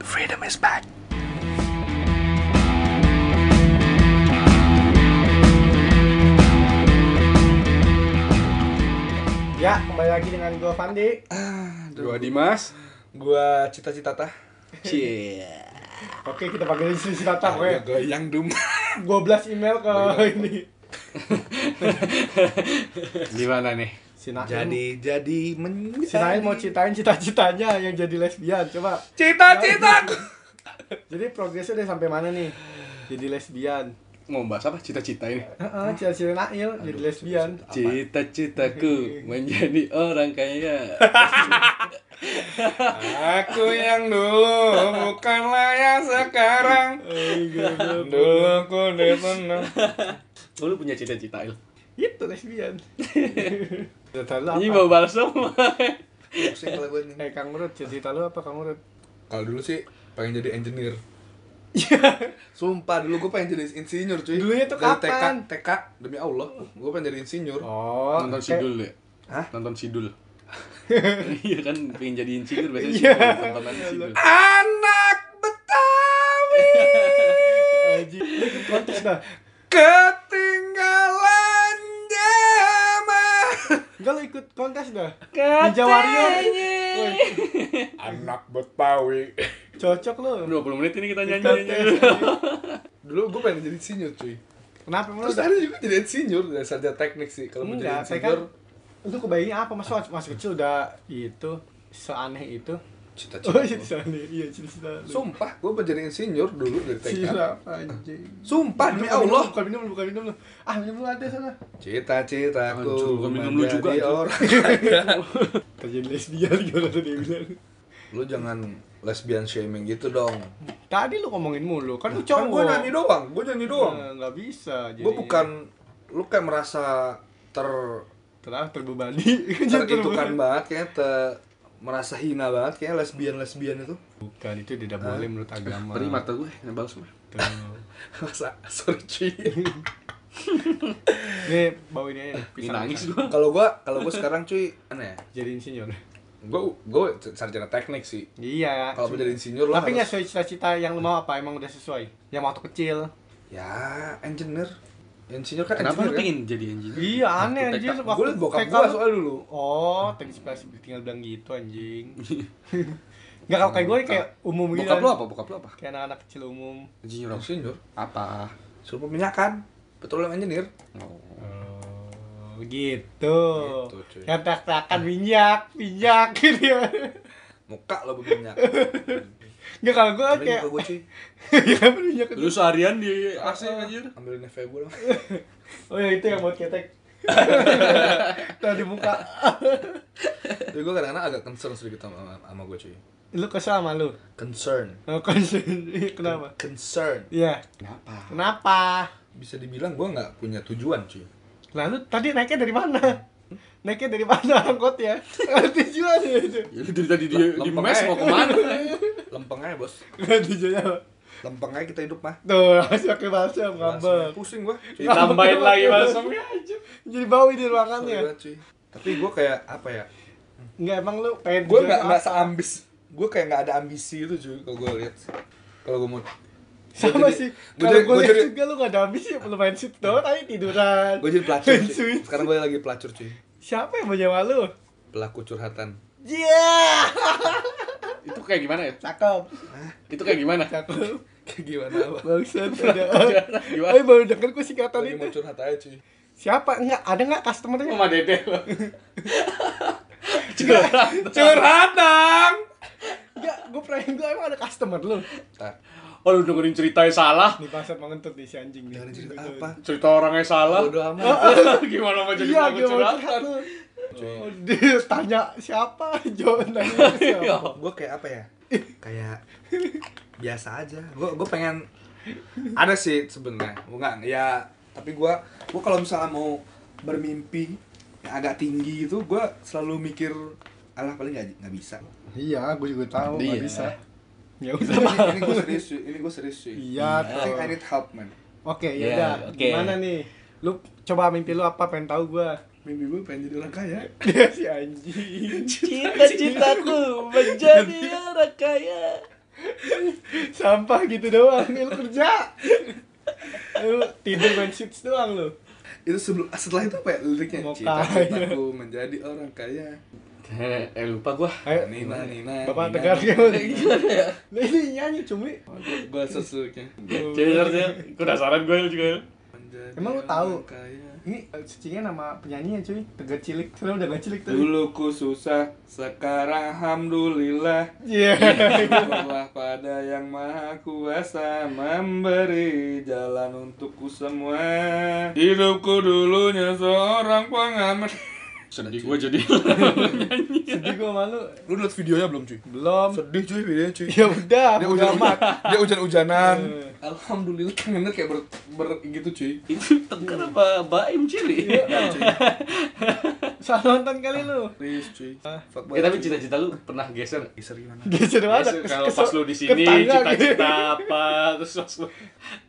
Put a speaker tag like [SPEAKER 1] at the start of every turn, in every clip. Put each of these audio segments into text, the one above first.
[SPEAKER 1] Freedom is back.
[SPEAKER 2] Ya, kembali lagi dengan gue Fandi
[SPEAKER 1] Dua Dimas.
[SPEAKER 3] gua cita-cita tah
[SPEAKER 1] Cie.
[SPEAKER 2] Oke, kita panggil si Sinata
[SPEAKER 3] ya
[SPEAKER 2] gue
[SPEAKER 3] gua yang dum
[SPEAKER 2] Gue blast email ke ini
[SPEAKER 1] Gimana nih?
[SPEAKER 2] Sinaim
[SPEAKER 3] jadi jadi men
[SPEAKER 2] Sinaim mau ceritain cita-citanya yang jadi lesbian Coba
[SPEAKER 3] cita-cita
[SPEAKER 2] Jadi progresnya udah sampai mana nih? Jadi lesbian
[SPEAKER 1] Mau bahas apa cita-cita ini?
[SPEAKER 2] Heeh, cita-cita Nail jadi lesbian
[SPEAKER 1] Cita-citaku menjadi orang kaya.
[SPEAKER 3] aku yang dulu bukanlah yang sekarang dulu aku udah pernah
[SPEAKER 1] Oh, lu punya cita-cita il?
[SPEAKER 2] Itu lesbian Cita-cita lu
[SPEAKER 1] Ini
[SPEAKER 2] apa?
[SPEAKER 1] mau bahas semua.
[SPEAKER 2] Eh, Kang Murut, cita-cita lu apa Kang Murut?
[SPEAKER 3] kalau dulu sih pengen jadi engineer Sumpah dulu gue pengen jadi insinyur cuy
[SPEAKER 2] Iya. Dulunya tuh
[SPEAKER 3] Dari
[SPEAKER 2] kapan?
[SPEAKER 3] TK, TK demi Allah gue pengen jadi insinyur
[SPEAKER 2] Oh,
[SPEAKER 1] Nonton
[SPEAKER 2] kayak-
[SPEAKER 1] sidul ya?
[SPEAKER 3] Hah?
[SPEAKER 1] Nonton sidul. Iya kan, pengen jadi insinyur biasanya
[SPEAKER 2] Iya. Ah,
[SPEAKER 1] sidul, tontonan sidul.
[SPEAKER 3] Anak Betawi
[SPEAKER 2] Anjing, Eh, lu ikut kontes dah
[SPEAKER 3] ketinggalan zaman
[SPEAKER 2] Enggak lu ikut kontes dah Di Jawa Warrior. Woi,
[SPEAKER 3] Anak Betawi
[SPEAKER 2] Cocok lu
[SPEAKER 1] 20 menit ini kita
[SPEAKER 2] Kontes.
[SPEAKER 1] nyanyi-nyanyi.
[SPEAKER 3] Dulu gue pengen jadi insinyur cuy
[SPEAKER 2] Kenapa Murut?
[SPEAKER 3] Terus ada juga jadi insinyur dari sarjana teknik sih Kalau mau jadi
[SPEAKER 2] Enggak, saya kan
[SPEAKER 3] insinyur
[SPEAKER 2] lu kebayangnya apa masa masih kecil udah itu seaneh itu.
[SPEAKER 3] Cita-cita
[SPEAKER 2] Oh, iya
[SPEAKER 3] gua.
[SPEAKER 2] seaneh. Iya, cita-cita. lu.
[SPEAKER 3] Sumpah gue pengen jadi insinyur dulu dari TK
[SPEAKER 2] Gila, anjing.
[SPEAKER 3] Sumpah
[SPEAKER 2] Bukan
[SPEAKER 3] demi
[SPEAKER 2] minum,
[SPEAKER 3] Allah
[SPEAKER 2] bukan minum, bukan minum lu. Ah, minum lu ada sana.
[SPEAKER 1] Hancur,
[SPEAKER 3] Cita-citaku
[SPEAKER 1] gua minum lu juga,
[SPEAKER 3] menjadi
[SPEAKER 1] hancur.
[SPEAKER 3] orang
[SPEAKER 2] Terjadi lesbian gimana tuh dia bilang.
[SPEAKER 3] Lu jangan lesbian shaming gitu dong
[SPEAKER 2] Tadi lu ngomongin mulu, kan lu
[SPEAKER 3] Kan
[SPEAKER 2] cowok.
[SPEAKER 3] gue nyanyi doang, gue nyanyi doang
[SPEAKER 1] Eh,
[SPEAKER 2] Nah, Nggak bisa
[SPEAKER 3] Gue bukan, lu kayak merasa ter
[SPEAKER 2] terah terbebani. Kan Jadi
[SPEAKER 3] teritukan
[SPEAKER 2] terbebani.
[SPEAKER 3] banget kayaknya te- merasa hina banget kayaknya lesbian lesbian itu
[SPEAKER 2] Bukan itu tidak boleh menurut agama.
[SPEAKER 1] Perih mata gue, ngebal semua.
[SPEAKER 2] Tuh.
[SPEAKER 3] masa sorry cuy
[SPEAKER 2] Nih, bawa ini aja. nih,
[SPEAKER 1] Ini
[SPEAKER 2] pisang.
[SPEAKER 1] nangis gue.
[SPEAKER 3] kalau gue kalau gue sekarang cuy aneh
[SPEAKER 2] Jadi insinyur.
[SPEAKER 3] gue gue sarjana teknik sih
[SPEAKER 2] Iya.
[SPEAKER 3] kalau mau jadi insinyur lo
[SPEAKER 2] Tapi nggak
[SPEAKER 3] harus-
[SPEAKER 2] sesuai cita-cita yang lu mau apa? Emang udah sesuai? Yang waktu kecil?
[SPEAKER 3] ya engineer insinyur kan
[SPEAKER 1] Kenapa lu
[SPEAKER 3] engineer
[SPEAKER 1] pengen jadi engineer?
[SPEAKER 2] Iya aneh
[SPEAKER 1] Waktu
[SPEAKER 2] anjir
[SPEAKER 1] TK.
[SPEAKER 3] kan gue liat bokap
[SPEAKER 2] TK
[SPEAKER 3] gue
[SPEAKER 2] lu-
[SPEAKER 3] soal dulu
[SPEAKER 2] Oh, tadi sebelah sebelah tinggal bilang gitu anjing Gak kalau kayak gue kayak umum gitu
[SPEAKER 1] Bokap lu apa? Bokap lu apa?
[SPEAKER 2] Kayak anak-anak kecil umum
[SPEAKER 1] Engineer apa?
[SPEAKER 3] insinyur
[SPEAKER 1] Apa?
[SPEAKER 3] suruh peminyakan petroleum engineer
[SPEAKER 1] Oh.
[SPEAKER 2] Oh, gitu,
[SPEAKER 3] Gitu, cuy.
[SPEAKER 2] Yang teriak-teriakan minyak, minyak gitu ya
[SPEAKER 3] muka lo berminyak
[SPEAKER 2] Gak kalau gue
[SPEAKER 3] Ambilin
[SPEAKER 2] kayak
[SPEAKER 3] muka gue cuy
[SPEAKER 2] Ya minyak
[SPEAKER 1] Lu seharian di AC anjir.
[SPEAKER 3] ambilin FV gue dong
[SPEAKER 2] Oh ya itu yang buat ketek Tadi muka
[SPEAKER 3] tapi gue kadang-kadang agak concern sedikit sama, sama, sama gue cuy
[SPEAKER 2] Lu kesel sama lu?
[SPEAKER 3] concern
[SPEAKER 2] Oh, concern. Iya, Kenapa?
[SPEAKER 3] concern
[SPEAKER 2] Iya,
[SPEAKER 1] Kenapa?
[SPEAKER 2] kenapa?
[SPEAKER 3] bisa dibilang gue nggak punya tujuan cuy
[SPEAKER 2] Lalu tadi naiknya dari mana? Naiknya dari mana angkot ya? Ada tujuan ya itu.
[SPEAKER 1] Ya lu dari tadi di, di
[SPEAKER 3] Lempeng
[SPEAKER 1] mes
[SPEAKER 3] aja.
[SPEAKER 1] mau kemana?
[SPEAKER 3] lempeng aja bos
[SPEAKER 2] Ada tujuannya. apa?
[SPEAKER 3] lempeng aja kita hidup mah
[SPEAKER 2] Tuh, langsung pakai bahasa
[SPEAKER 3] Langsung
[SPEAKER 2] ngambek. ya?
[SPEAKER 3] pusing gue
[SPEAKER 1] Ditambahin lagi balsamnya aja.
[SPEAKER 2] Jadi bau di ruangannya.
[SPEAKER 3] tapi gue kayak apa ya
[SPEAKER 2] Enggak emang lu pengen
[SPEAKER 3] gue
[SPEAKER 2] tujuan
[SPEAKER 3] nggak
[SPEAKER 2] apa?
[SPEAKER 3] nggak seambis gue kayak nggak ada ambisi itu cuy kalau gue lihat kalau gue mau
[SPEAKER 2] sama
[SPEAKER 3] Gua jadi-
[SPEAKER 2] sih.
[SPEAKER 3] gua
[SPEAKER 2] Kalau
[SPEAKER 3] jadi-
[SPEAKER 2] gue
[SPEAKER 3] gua
[SPEAKER 2] lihat
[SPEAKER 3] jadi-
[SPEAKER 2] juga lu gak ada habis ya lu main sit down aja tiduran.
[SPEAKER 3] gue jadi pelacur
[SPEAKER 2] Main
[SPEAKER 3] cuy.
[SPEAKER 2] switch.
[SPEAKER 3] sekarang gue lagi pelacur cuy
[SPEAKER 2] Siapa yang mau nyawa lu?
[SPEAKER 3] pelaku curhatan
[SPEAKER 2] Yeah!
[SPEAKER 1] Itu kayak gimana ya?
[SPEAKER 2] Cakep.
[SPEAKER 1] Itu kayak gimana?
[SPEAKER 2] Cakep.
[SPEAKER 3] kayak gimana apa
[SPEAKER 2] Bangsat. ada- Ayo baru denger gue singkatan
[SPEAKER 3] lagi mau
[SPEAKER 2] itu.
[SPEAKER 3] curhat aja cuy
[SPEAKER 2] Siapa? Enggak, ada enggak customernya?
[SPEAKER 1] Mama dede lo. Curhat.
[SPEAKER 3] curhat dong
[SPEAKER 2] Enggak, gue pengen gue emang ada customer lu.
[SPEAKER 3] Ntar,
[SPEAKER 1] Oh lu dengerin ceritanya salah.
[SPEAKER 2] Nih bangsat mau ngentut nih si anjing nih. Gitu.
[SPEAKER 3] dengerin cerita apa
[SPEAKER 1] Cerita orangnya salah.
[SPEAKER 3] bodo amat
[SPEAKER 1] gimana mau jadi
[SPEAKER 2] Iya,
[SPEAKER 1] pelaku
[SPEAKER 2] gue mau
[SPEAKER 1] curhat?
[SPEAKER 2] curhat lu. Oh, dia tanya siapa? Jawab
[SPEAKER 1] Iya.
[SPEAKER 2] nanya siapa?
[SPEAKER 3] gue kayak apa ya kayak biasa aja gue gue pengen ada sih sebenarnya bukan ya tapi gue gue kalau misalnya mau bermimpi yang agak tinggi itu gue selalu mikir alah paling nggak nggak bisa
[SPEAKER 2] Iya, gue juga tahu
[SPEAKER 1] nggak
[SPEAKER 2] nggak
[SPEAKER 1] Iya. bisa.
[SPEAKER 2] bisa. Ya
[SPEAKER 3] ini,
[SPEAKER 2] udah.
[SPEAKER 3] ini gue serius cuy. ini gue serius cuy
[SPEAKER 2] Iya,
[SPEAKER 3] I think I need help man
[SPEAKER 2] Oke,
[SPEAKER 1] Iya,
[SPEAKER 2] ya udah.
[SPEAKER 1] oke.
[SPEAKER 2] Gimana nih? Lu coba mimpi lu apa pengen tahu gua?
[SPEAKER 3] mimpi gue pengen jadi orang kaya
[SPEAKER 2] Dia si anjing.
[SPEAKER 1] Cita-citaku menjadi orang kaya.
[SPEAKER 2] sampah gitu doang ya, lu kerja lu tidur main sheets doang lu
[SPEAKER 3] itu sebelum setelah itu apa ya liriknya
[SPEAKER 2] Mau
[SPEAKER 3] cita-citaku menjadi orang kaya
[SPEAKER 1] Eh, eh, lupa gua.
[SPEAKER 2] ayo
[SPEAKER 3] Nina Nina
[SPEAKER 2] bapak
[SPEAKER 3] Nina.
[SPEAKER 2] tegar
[SPEAKER 1] Eh, Gimana ya?
[SPEAKER 2] Nah, ini nyanyi cumi
[SPEAKER 3] Oh, gua- gua search liriknya
[SPEAKER 1] Cewek harusnya penasaran gue juga.
[SPEAKER 3] Menjadi
[SPEAKER 2] Emang lu
[SPEAKER 3] orang
[SPEAKER 2] tahu?
[SPEAKER 3] kaya.
[SPEAKER 2] ini eh, cicingnya nama penyanyinya cuy tegar cilik sekarang udah gak cilik tadi
[SPEAKER 3] dulu ku susah sekarang alhamdulillah
[SPEAKER 2] iya
[SPEAKER 3] Allah pada yang maha kuasa memberi jalan untukku semua Hidupku dulunya seorang pengamen
[SPEAKER 1] Sedih gue jadi.
[SPEAKER 2] sedih gua malu
[SPEAKER 3] Lu liat videonya belum cuy?
[SPEAKER 2] belum
[SPEAKER 3] Sedih cuy videonya cuy
[SPEAKER 2] ya udah
[SPEAKER 3] Dia
[SPEAKER 2] udah
[SPEAKER 3] hujan-hujanan Dia hujan-hujanan
[SPEAKER 2] Eh.
[SPEAKER 3] Alhamdulillah tangannya kayak ber, ber- gitu cuy
[SPEAKER 1] Itu tegar apa baim
[SPEAKER 3] Iya.
[SPEAKER 1] cili?
[SPEAKER 2] salah nonton kali lu
[SPEAKER 3] Please cuy Fuck Iya,
[SPEAKER 1] Eh tapi cita-cita lu pernah geser? nggak?
[SPEAKER 3] Geser gimana?
[SPEAKER 2] geser
[SPEAKER 1] Geser
[SPEAKER 2] banget
[SPEAKER 1] Kalau pas lu di sini
[SPEAKER 2] gitu ya.
[SPEAKER 1] cita-cita apa terus pas lu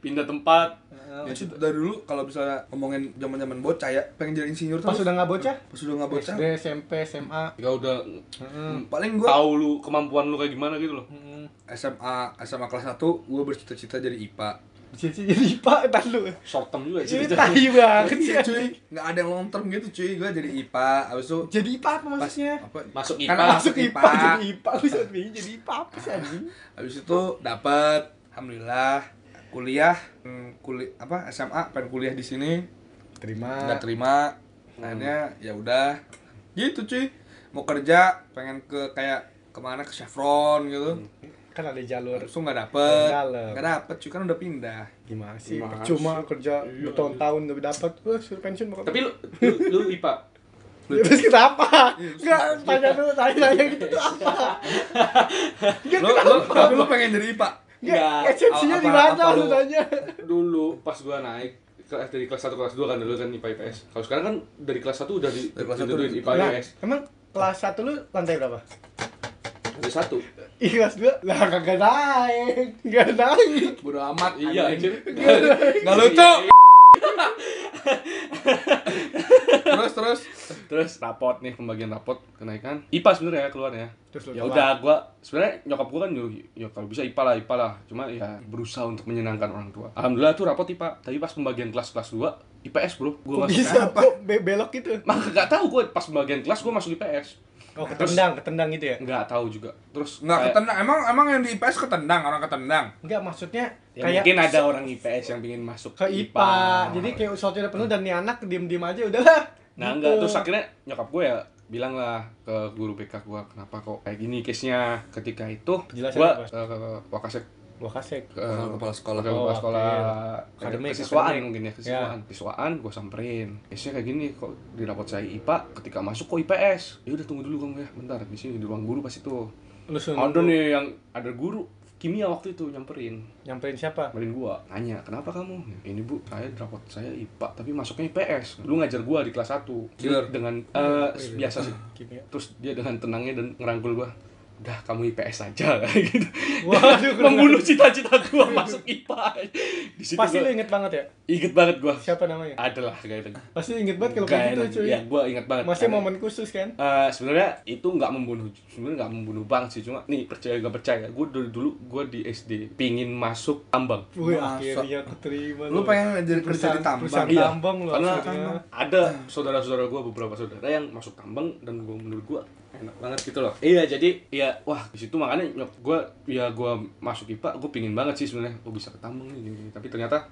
[SPEAKER 1] pindah tempat
[SPEAKER 3] Ya,
[SPEAKER 2] Eh,
[SPEAKER 3] cuy, dari dulu kalau misalnya ngomongin zaman zaman bocah ya pengen jadi insinyur
[SPEAKER 2] pas
[SPEAKER 3] terus
[SPEAKER 2] udah nggak bocah Hmm.
[SPEAKER 3] pas udah nggak bocah
[SPEAKER 2] SD SMP SMA
[SPEAKER 1] ya udah
[SPEAKER 2] Heeh.
[SPEAKER 3] paling gua
[SPEAKER 1] tahu lu kemampuan lu kayak gimana gitu loh
[SPEAKER 2] Heeh.
[SPEAKER 3] SMA SMA kelas 1 gue bercita-cita jadi IPA
[SPEAKER 2] Cici jadi pak entar lu
[SPEAKER 1] short term juga ya
[SPEAKER 2] ini
[SPEAKER 1] cita-cita
[SPEAKER 2] tai banget
[SPEAKER 3] Iya
[SPEAKER 2] sih
[SPEAKER 3] cuy, nggak ada yang long term gitu cuy Gue jadi IPA, abis itu
[SPEAKER 2] jadi IPA apa
[SPEAKER 3] pas
[SPEAKER 2] maksudnya
[SPEAKER 3] apa,
[SPEAKER 1] masuk
[SPEAKER 3] Kan
[SPEAKER 1] IPA
[SPEAKER 2] masuk
[SPEAKER 3] IPA.
[SPEAKER 2] IPA, jadi IPA lu saat ini jadi IPA apa sih anjing
[SPEAKER 3] Abis itu dapat, alhamdulillah kuliah, kuliah apa SMA pengen kuliah di sini
[SPEAKER 2] terima
[SPEAKER 1] Ah.
[SPEAKER 3] nggak terima,
[SPEAKER 1] Hmm.
[SPEAKER 3] akhirnya ya udah gitu cuy mau kerja pengen ke kayak kemana ke Chevron gitu
[SPEAKER 1] Hmm.
[SPEAKER 2] kan ada jalur
[SPEAKER 3] terus nggak dapet
[SPEAKER 2] Dalam.
[SPEAKER 3] nggak dapet cuy kan udah pindah
[SPEAKER 2] gimana sih
[SPEAKER 1] Gimana
[SPEAKER 2] percuma kerja
[SPEAKER 1] Iya.
[SPEAKER 2] bertahun-tahun tapi dapat wah suruh pensiun bakal
[SPEAKER 1] tapi lu lu, lu IPA
[SPEAKER 2] Ya, terus kenapa nggak tanya dulu tanya tanya gitu tuh apa nggak
[SPEAKER 3] lo lo tapi lo pengen jadi IPA
[SPEAKER 2] nggak
[SPEAKER 1] Nggak.
[SPEAKER 2] esensinya
[SPEAKER 3] Apa-
[SPEAKER 2] di mana
[SPEAKER 3] apa
[SPEAKER 2] lu
[SPEAKER 3] lu-
[SPEAKER 2] tanya
[SPEAKER 1] dulu pas gua naik kelas dari kelas 1 kelas 2 kan dulu kan IPA IPS. Kalau sekarang kan dari kelas 1 udah di
[SPEAKER 3] Dari kelas satu
[SPEAKER 1] ditentuin
[SPEAKER 3] udah
[SPEAKER 1] IPA
[SPEAKER 2] Nah,
[SPEAKER 1] IPS.
[SPEAKER 2] emang kelas satu lu lantai berapa
[SPEAKER 1] Udah satu.
[SPEAKER 2] Ih, kelas dua lah kagak naik nggak naik
[SPEAKER 3] bodo amat
[SPEAKER 1] Iya,
[SPEAKER 3] anjing.
[SPEAKER 1] anjir.
[SPEAKER 3] nggak lucu terus terus
[SPEAKER 1] Terus rapot nih pembagian rapot kenaikan. IPA sebenarnya keluarnya.
[SPEAKER 2] Terus lu
[SPEAKER 1] ya
[SPEAKER 2] tolak.
[SPEAKER 1] udah gua sebenarnya nyokap gua kan nyuruh ya kalau bisa IPA lah IPA lah. Cuma ya berusaha untuk menyenangkan orang tua. Alhamdulillah tuh rapot IPA. Tapi pas pembagian kelas kelas 2 IPS, Bro. Gua
[SPEAKER 2] Kok
[SPEAKER 1] masuk.
[SPEAKER 2] bisa kok be- belok gitu
[SPEAKER 1] Maka gak tahu gua pas pembagian kelas gua masuk IPS.
[SPEAKER 2] oh ketendang ketendang gitu ya
[SPEAKER 1] Nggak tahu juga.
[SPEAKER 4] Nah,
[SPEAKER 1] Terus
[SPEAKER 3] nggak
[SPEAKER 1] kayak-
[SPEAKER 3] ketendang emang emang yang di IPS ketendang orang ketendang
[SPEAKER 2] Enggak maksudnya
[SPEAKER 1] Ya,
[SPEAKER 2] kayak
[SPEAKER 1] mungkin ada orang IPS yang pingin masuk
[SPEAKER 2] ke IPA. Jadi kayak slotnya udah penuh dan nih anak diem-diem aja udahlah.
[SPEAKER 1] Nah
[SPEAKER 2] Gitu.
[SPEAKER 1] enggak, terus akhirnya nyokap gue ya bilang lah ke guru BK gue kenapa kok kayak gini case-nya ketika itu
[SPEAKER 2] Penjelasan
[SPEAKER 1] gue
[SPEAKER 2] apa?
[SPEAKER 1] ke, ke, ke wakasek
[SPEAKER 2] Gua kasih.
[SPEAKER 1] ke
[SPEAKER 3] Wakil kepala sekolah.
[SPEAKER 1] wakil
[SPEAKER 2] Oh,
[SPEAKER 1] kepala sekolah
[SPEAKER 2] wakil.
[SPEAKER 1] kayak
[SPEAKER 2] Akademik,
[SPEAKER 1] kesiswaan
[SPEAKER 2] akademik.
[SPEAKER 1] mungkin ya kesiswaan kesiswaan gue samperin case-nya kayak gini kok di rapot saya IPA ketika masuk kok IPS ya udah tunggu dulu kamu ya bentar di sini di ruang guru pas itu
[SPEAKER 2] Lu suruh
[SPEAKER 1] ada
[SPEAKER 2] nunggu.
[SPEAKER 1] nih yang ada guru kimia waktu itu nyamperin
[SPEAKER 2] nyamperin siapa?
[SPEAKER 1] Kemarin gua nanya, kenapa kamu? Ini bu, saya rapot saya IPA, tapi masuknya IPS. Lu ngajar gua di kelas 1.
[SPEAKER 3] Killer.
[SPEAKER 1] Dengan
[SPEAKER 2] Oh, iya,
[SPEAKER 1] eh, biasa sih.
[SPEAKER 2] Kimia.
[SPEAKER 1] Terus dia dengan tenangnya dan ngerangkul gua. Udah, kamu IPS aja kayak gitu.
[SPEAKER 2] Waduh, keren.
[SPEAKER 1] Membunuh cita-cita gua masuk IPA. Di situ
[SPEAKER 2] Pasti lu
[SPEAKER 1] gua,
[SPEAKER 2] inget banget ya.
[SPEAKER 1] inget banget gua.
[SPEAKER 2] Siapa namanya?
[SPEAKER 1] Adalah kayak gitu.
[SPEAKER 2] Pasti inget banget kalau
[SPEAKER 1] Gaya
[SPEAKER 2] kayak gitu
[SPEAKER 1] dan-
[SPEAKER 2] cuy.
[SPEAKER 1] Ya, gua inget banget.
[SPEAKER 2] Masih
[SPEAKER 1] Ada-
[SPEAKER 2] momen khusus kan?
[SPEAKER 1] Eh, sebenarnya itu nggak membunuh sebenarnya nggak membunuh bank sih cuma nih percaya nggak percaya gue dulu dulu gue di SD pingin masuk tambang
[SPEAKER 2] Wih,
[SPEAKER 3] Masa.
[SPEAKER 2] akhirnya keterima
[SPEAKER 3] Lu pengen jadi-
[SPEAKER 2] Perusahaan-
[SPEAKER 3] jadi tambang.
[SPEAKER 2] perusahaan
[SPEAKER 1] Iya.
[SPEAKER 2] tambang lu
[SPEAKER 1] Karena
[SPEAKER 2] akhirnya.
[SPEAKER 1] ada saudara-saudara gue beberapa saudara yang masuk tambang dan gue menurut gue enak banget gitu loh iya jadi ya wah di situ makanya nyok gue ya gue masuk IPA gue pingin banget sih sebenarnya gue bisa ke tambang nih gini-gini. tapi ternyata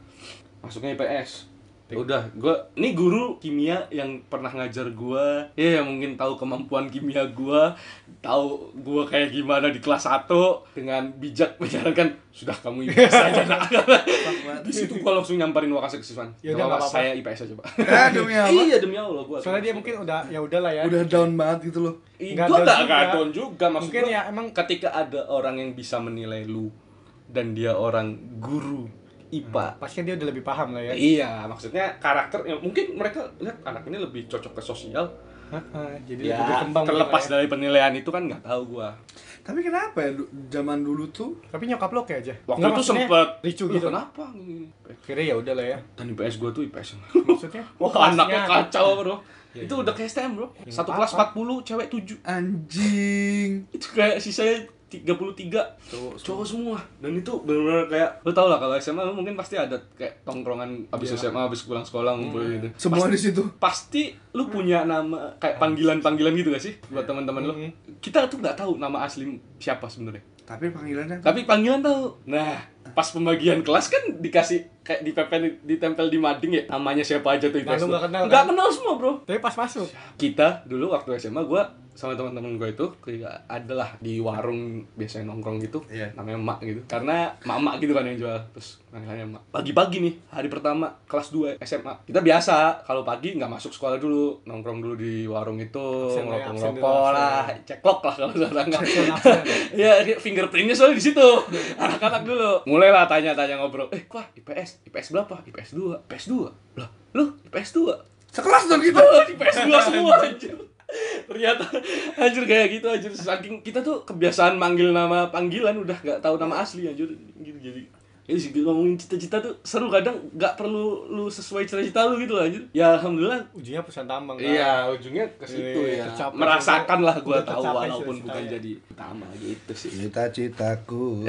[SPEAKER 1] masuknya IPS ya udah gue ini guru kimia yang pernah ngajar gue ya yang mungkin tahu kemampuan kimia gue tahu gue kayak gimana di kelas 1 dengan bijak menyarankan sudah kamu IPS saja nak di situ gue langsung nyamparin wakasek siswan
[SPEAKER 2] Ya udah, nggak apa-apa.
[SPEAKER 1] saya IPS aja pak
[SPEAKER 3] eh demi apa
[SPEAKER 1] Iya demi Allah gua.
[SPEAKER 2] Soalnya dia mungkin udah ya udahlah ya.
[SPEAKER 3] udah down banget gitu loh
[SPEAKER 1] Ih,
[SPEAKER 2] nggak
[SPEAKER 1] gua
[SPEAKER 2] down
[SPEAKER 1] nggak
[SPEAKER 2] juga.
[SPEAKER 1] nggak down juga maksud
[SPEAKER 2] Mungkin
[SPEAKER 1] gua
[SPEAKER 2] ya, emang-
[SPEAKER 1] ketika ada orang yang bisa menilai lu dan dia orang guru IPA.
[SPEAKER 2] Pasti dia udah lebih paham lah ya.
[SPEAKER 1] Iya, maksudnya karakter ya, mungkin mereka lihat anak ini lebih cocok ke sosial.
[SPEAKER 2] Heeh, Jadi
[SPEAKER 1] Ya,
[SPEAKER 2] lebih berkembang
[SPEAKER 1] terlepas
[SPEAKER 2] gitu lah ya.
[SPEAKER 1] dari penilaian itu kan nggak tahu gua.
[SPEAKER 3] tapi kenapa ya du- zaman dulu tuh
[SPEAKER 2] Tapi nyokap lu kayak aja.
[SPEAKER 1] Waktu
[SPEAKER 2] Nggak,
[SPEAKER 1] itu
[SPEAKER 2] maksudnya
[SPEAKER 1] sempet
[SPEAKER 2] ricu
[SPEAKER 1] "Lu
[SPEAKER 2] gitu.
[SPEAKER 1] Kenapa?
[SPEAKER 2] Akhirnya ya udahlah ya.
[SPEAKER 1] Dan IPS gua tuh IPS.
[SPEAKER 2] Maksudnya?
[SPEAKER 1] Wah, anaknya Iya, kacau, Bro. itu udah kayak STM, Bro. Satu kelas 40, cewek 7.
[SPEAKER 3] anjing
[SPEAKER 1] Itu kayak sisanya 33
[SPEAKER 2] Cowok semua.
[SPEAKER 1] cowok semua dan itu benar-benar kayak lu tau lah kalau SMA lu mungkin pasti ada kayak tongkrongan abis
[SPEAKER 3] Iya.
[SPEAKER 1] SMA abis pulang sekolah ngumpul gitu
[SPEAKER 3] Semua di situ.
[SPEAKER 1] pasti lu punya nama kayak panggilan-panggilan gitu gak sih buat teman-teman lu? Kita tuh nggak tahu nama asli siapa sebenarnya.
[SPEAKER 3] Tapi panggilannya
[SPEAKER 1] Tapi panggilan tahu. Nah, pas pembagian kelas kan dikasih kayak dipepel ditempel di mading ya namanya siapa aja tuh di
[SPEAKER 2] Nah, lu
[SPEAKER 1] kelas lu.
[SPEAKER 2] nggak kenal, kan?
[SPEAKER 1] Nggak kenal semua, Bro.
[SPEAKER 2] Tapi pas masuk.
[SPEAKER 1] Kita dulu waktu SMA gua sama teman-teman gue itu kayak adalah di warung biasanya nongkrong gitu
[SPEAKER 3] Iya.
[SPEAKER 1] namanya emak gitu karena emak gitu kan yang jual terus panggilannya emak pagi-pagi nih hari pertama kelas 2 SMA kita biasa kalau pagi nggak masuk sekolah dulu nongkrong dulu di warung itu
[SPEAKER 2] Absen, ya, absen dulu,
[SPEAKER 1] ngerokok-ngerokok
[SPEAKER 2] absen.
[SPEAKER 1] lah ceklok lah kalau sekarang
[SPEAKER 2] absen.
[SPEAKER 1] ya fingerprintnya soalnya di situ anak-anak dulu mulailah tanya-tanya ngobrol eh wah IPS IPS berapa IPS 2 IPS 2 lah lu IPS 2
[SPEAKER 3] sekelas dong kita.
[SPEAKER 1] Oh, di PS2 semua anjir. Ternyata anjir kayak gitu anjir saking kita tuh kebiasaan manggil nama panggilan udah nggak tahu nama asli anjir gitu jadi ya sih ngomongin cita-cita tuh seru kadang nggak perlu lu sesuai cita-cita lu gitu loh anjir ya alhamdulillah
[SPEAKER 2] Ujinya perusahaan tambang. kan?
[SPEAKER 1] Iya, ujungnya ke situ
[SPEAKER 2] Iya,
[SPEAKER 1] ya.
[SPEAKER 2] tercapai.
[SPEAKER 1] Merasakan lah
[SPEAKER 2] Udah
[SPEAKER 1] gua tahu
[SPEAKER 2] tercapai
[SPEAKER 1] walaupun
[SPEAKER 2] cita-citanya.
[SPEAKER 1] bukan jadi utama gitu sih.
[SPEAKER 3] Cita-citaku.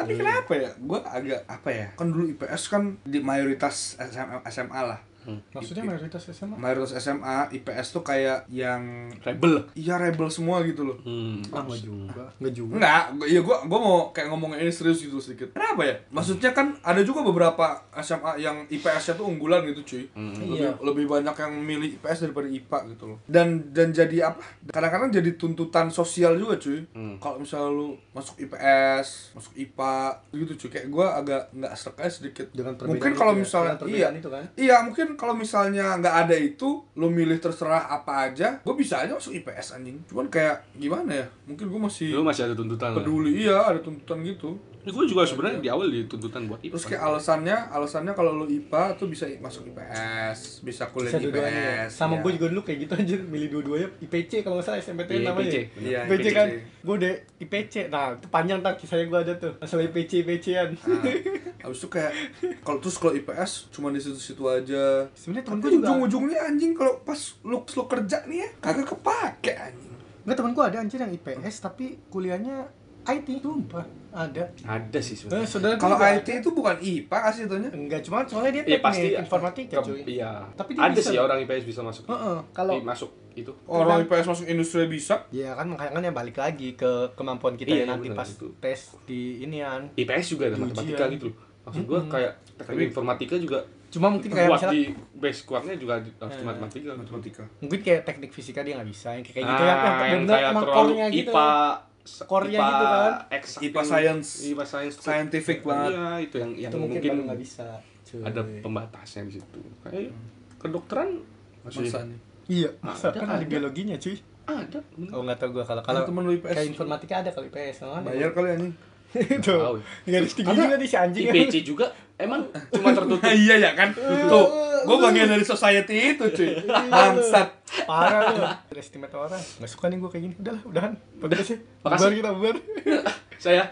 [SPEAKER 3] Tapi kenapa ya? Gue agak apa ya? Kan dulu IPS kan di mayoritas SMA, SMA lah.
[SPEAKER 2] Maksudnya mayoritas SMA.
[SPEAKER 3] Mayoritas SMA, IPS tuh kayak yang
[SPEAKER 1] Rebel.
[SPEAKER 3] iya rebel semua gitu loh.
[SPEAKER 1] Hmm.
[SPEAKER 2] Enggak Ah, juga. Enggak juga.
[SPEAKER 3] Enggak, gua- ya gua gua mau kayak ngomongin ini serius gitu sedikit. Kenapa ya? Maksudnya kan ada juga beberapa SMA yang IPS-nya tuh unggulan gitu, cuy. Lebih,
[SPEAKER 2] Iya.
[SPEAKER 3] lebih banyak yang milih IPS daripada IPA gitu loh. Dan dan jadi apa? Kadang-kadang jadi tuntutan sosial juga, cuy.
[SPEAKER 1] Hmm.
[SPEAKER 3] Kalau misalnya lu masuk IPS, masuk IPA gitu, cuy. Kayak gua agak nggak serak aja sedikit.
[SPEAKER 2] Dengan perbedaan
[SPEAKER 3] mungkin kalau
[SPEAKER 2] itu ya,
[SPEAKER 3] misalnya
[SPEAKER 2] dengan
[SPEAKER 3] iya
[SPEAKER 2] perbedaan itu kan.
[SPEAKER 3] Iya, mungkin kalau misalnya nggak ada itu, lu milih terserah apa aja, gue bisa aja masuk IPS anjing. Cuman kayak gimana ya? Mungkin gue masih
[SPEAKER 1] Lu masih ada tuntutan. lah.
[SPEAKER 3] peduli iya ada tuntutan gitu
[SPEAKER 1] Ini gua juga sebenarnya di awal dituntutan buat IPA.
[SPEAKER 3] terus kayak alasannya alasannya kalau lu IPA tuh bisa masuk IPS bisa kuliah
[SPEAKER 2] Bisa
[SPEAKER 3] di
[SPEAKER 2] dua-duanya. ya?
[SPEAKER 3] IPS
[SPEAKER 2] Sama
[SPEAKER 3] iya.
[SPEAKER 2] gue juga dulu kayak gitu anjir, milih dua-duanya IPC kalau nggak salah SMPTN
[SPEAKER 1] Iya,
[SPEAKER 2] namanya.
[SPEAKER 1] IPC.
[SPEAKER 3] Iya,
[SPEAKER 2] IPC kan.
[SPEAKER 3] IPC.
[SPEAKER 2] Gue udah IPC. Nah, itu panjang tak kisahnya gue ada tuh. Masalah IPC IPC-an.
[SPEAKER 1] Ah.
[SPEAKER 3] Nah, abis itu kayak kalau terus kalau IPS cuma di situ-situ aja
[SPEAKER 2] Sebenarnya temen
[SPEAKER 3] tapi
[SPEAKER 2] gue juga.
[SPEAKER 3] ujung-ujungnya anjing kalau pas lu lu kerja nih ya kagak kepake anjing
[SPEAKER 2] Enggak temen gue ada anjir yang IPS tapi kuliahnya IT. Sumpah, ada.
[SPEAKER 1] Ada
[SPEAKER 2] Eh,
[SPEAKER 1] sih sebenarnya.
[SPEAKER 2] saudara
[SPEAKER 3] kalau
[SPEAKER 2] juga
[SPEAKER 3] IT itu bukan IPA sih itunya
[SPEAKER 2] enggak cuma soalnya dia
[SPEAKER 1] Iya,
[SPEAKER 2] teknik
[SPEAKER 1] pasti
[SPEAKER 2] informatika
[SPEAKER 1] Ke-
[SPEAKER 2] cuy.
[SPEAKER 1] Iya.
[SPEAKER 2] Tapi dia
[SPEAKER 1] ada
[SPEAKER 2] bisa
[SPEAKER 1] sih
[SPEAKER 2] loh.
[SPEAKER 1] orang IPS bisa masuk.
[SPEAKER 2] Heeh, kalau
[SPEAKER 1] Ih, masuk itu.
[SPEAKER 3] orang IPS masuk industri bisa
[SPEAKER 2] Ya kan makanya kan yang balik lagi ke kemampuan kita
[SPEAKER 1] Iya,
[SPEAKER 2] yang nanti
[SPEAKER 1] benar,
[SPEAKER 2] pas
[SPEAKER 1] itu.
[SPEAKER 2] tes di inian.
[SPEAKER 1] IPS juga ada
[SPEAKER 2] Ujian.
[SPEAKER 1] matematika gitu loh. Maksud gua kayak teknik informatika juga
[SPEAKER 2] Cuma mungkin kayak
[SPEAKER 1] kuat
[SPEAKER 2] misalnya
[SPEAKER 1] di base kuatnya juga di- harus di
[SPEAKER 2] Eh,
[SPEAKER 1] matematika.
[SPEAKER 3] matematika
[SPEAKER 2] mungkin kayak teknik fisika dia nggak bisa yang kayak
[SPEAKER 1] Nah,
[SPEAKER 2] gitu yang, yang benar-benar
[SPEAKER 1] kayak
[SPEAKER 2] emang
[SPEAKER 1] terlalu
[SPEAKER 2] core-nya gitu.
[SPEAKER 1] IPA
[SPEAKER 2] Core-nya
[SPEAKER 1] IPA
[SPEAKER 2] gitu kan.
[SPEAKER 1] eksak
[SPEAKER 3] IPA
[SPEAKER 1] gitu.
[SPEAKER 3] science.
[SPEAKER 1] IPA science tuh.
[SPEAKER 3] Scientific banget.
[SPEAKER 1] Iya, itu yang yang
[SPEAKER 2] Itu mungkin,
[SPEAKER 1] mungkin,
[SPEAKER 2] baru nggak bisa. Hmm. cuy.
[SPEAKER 1] ada pembatasnya di situ. Kayak kedokteran masih
[SPEAKER 3] masa nih
[SPEAKER 2] Iya, masa
[SPEAKER 1] Ada,
[SPEAKER 2] kan ada
[SPEAKER 1] ada.
[SPEAKER 2] biologinya cuy.
[SPEAKER 1] ada.
[SPEAKER 2] Oh nggak tau gue kalau
[SPEAKER 3] kalau
[SPEAKER 2] kalau
[SPEAKER 3] temen lu IPS
[SPEAKER 2] kayak informatika ada kalau IPS sama
[SPEAKER 3] bayar kali anjing
[SPEAKER 2] itu.
[SPEAKER 1] Tahu.
[SPEAKER 2] Garis tinggi
[SPEAKER 3] Ada.
[SPEAKER 2] juga nih si anjing.
[SPEAKER 1] IPC juga emang cuma tertutup.
[SPEAKER 3] Nah, iya ya kan tuh gue
[SPEAKER 2] Iya.
[SPEAKER 3] bagian dari society itu cuy bangsat
[SPEAKER 2] Parah lu. Estimate orang. Nggak suka nih gue kayak gini. Udahlah, udahan. Udah sih.
[SPEAKER 1] Makasih.
[SPEAKER 2] Bubar kita bubar.
[SPEAKER 1] Saya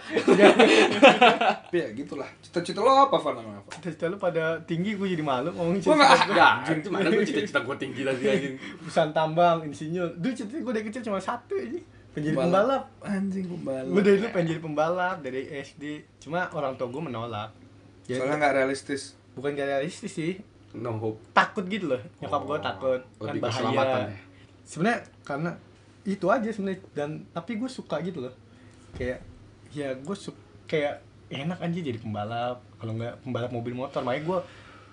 [SPEAKER 3] Tapi ya gitulah. Cita-cita lo apa, Van? Emang apa?
[SPEAKER 2] Cita-cita lu pada tinggi gue jadi malu ngomongin
[SPEAKER 3] Gua nggak
[SPEAKER 2] cita-cita gua.
[SPEAKER 1] Ah, enggak, itu mana gua cita-cita gua tinggi tadi anjing.
[SPEAKER 2] Perusahaan tambang, insinyur. Dulu cita-cita gue dari kecil cuma satu aja. Penjadi pembalap.
[SPEAKER 3] Anjing pembalap.
[SPEAKER 2] Gue dari dulu pengen jadi pembalap dari SD. Cuma orang tua gue menolak. Ya,
[SPEAKER 3] Soalnya nggak realistis.
[SPEAKER 2] bukan gak realistis sih.
[SPEAKER 1] No hope.
[SPEAKER 2] Takut gitu loh. Nyokap gue takut kan
[SPEAKER 1] Oh, lebih
[SPEAKER 2] bahaya.
[SPEAKER 1] keselamatan ya.
[SPEAKER 2] Sebenarnya karena itu aja sebenarnya dan tapi gue suka gitu loh. Kayak ya gue suka kayak enak anjir jadi pembalap. Kalau nggak pembalap mobil motor, makanya gue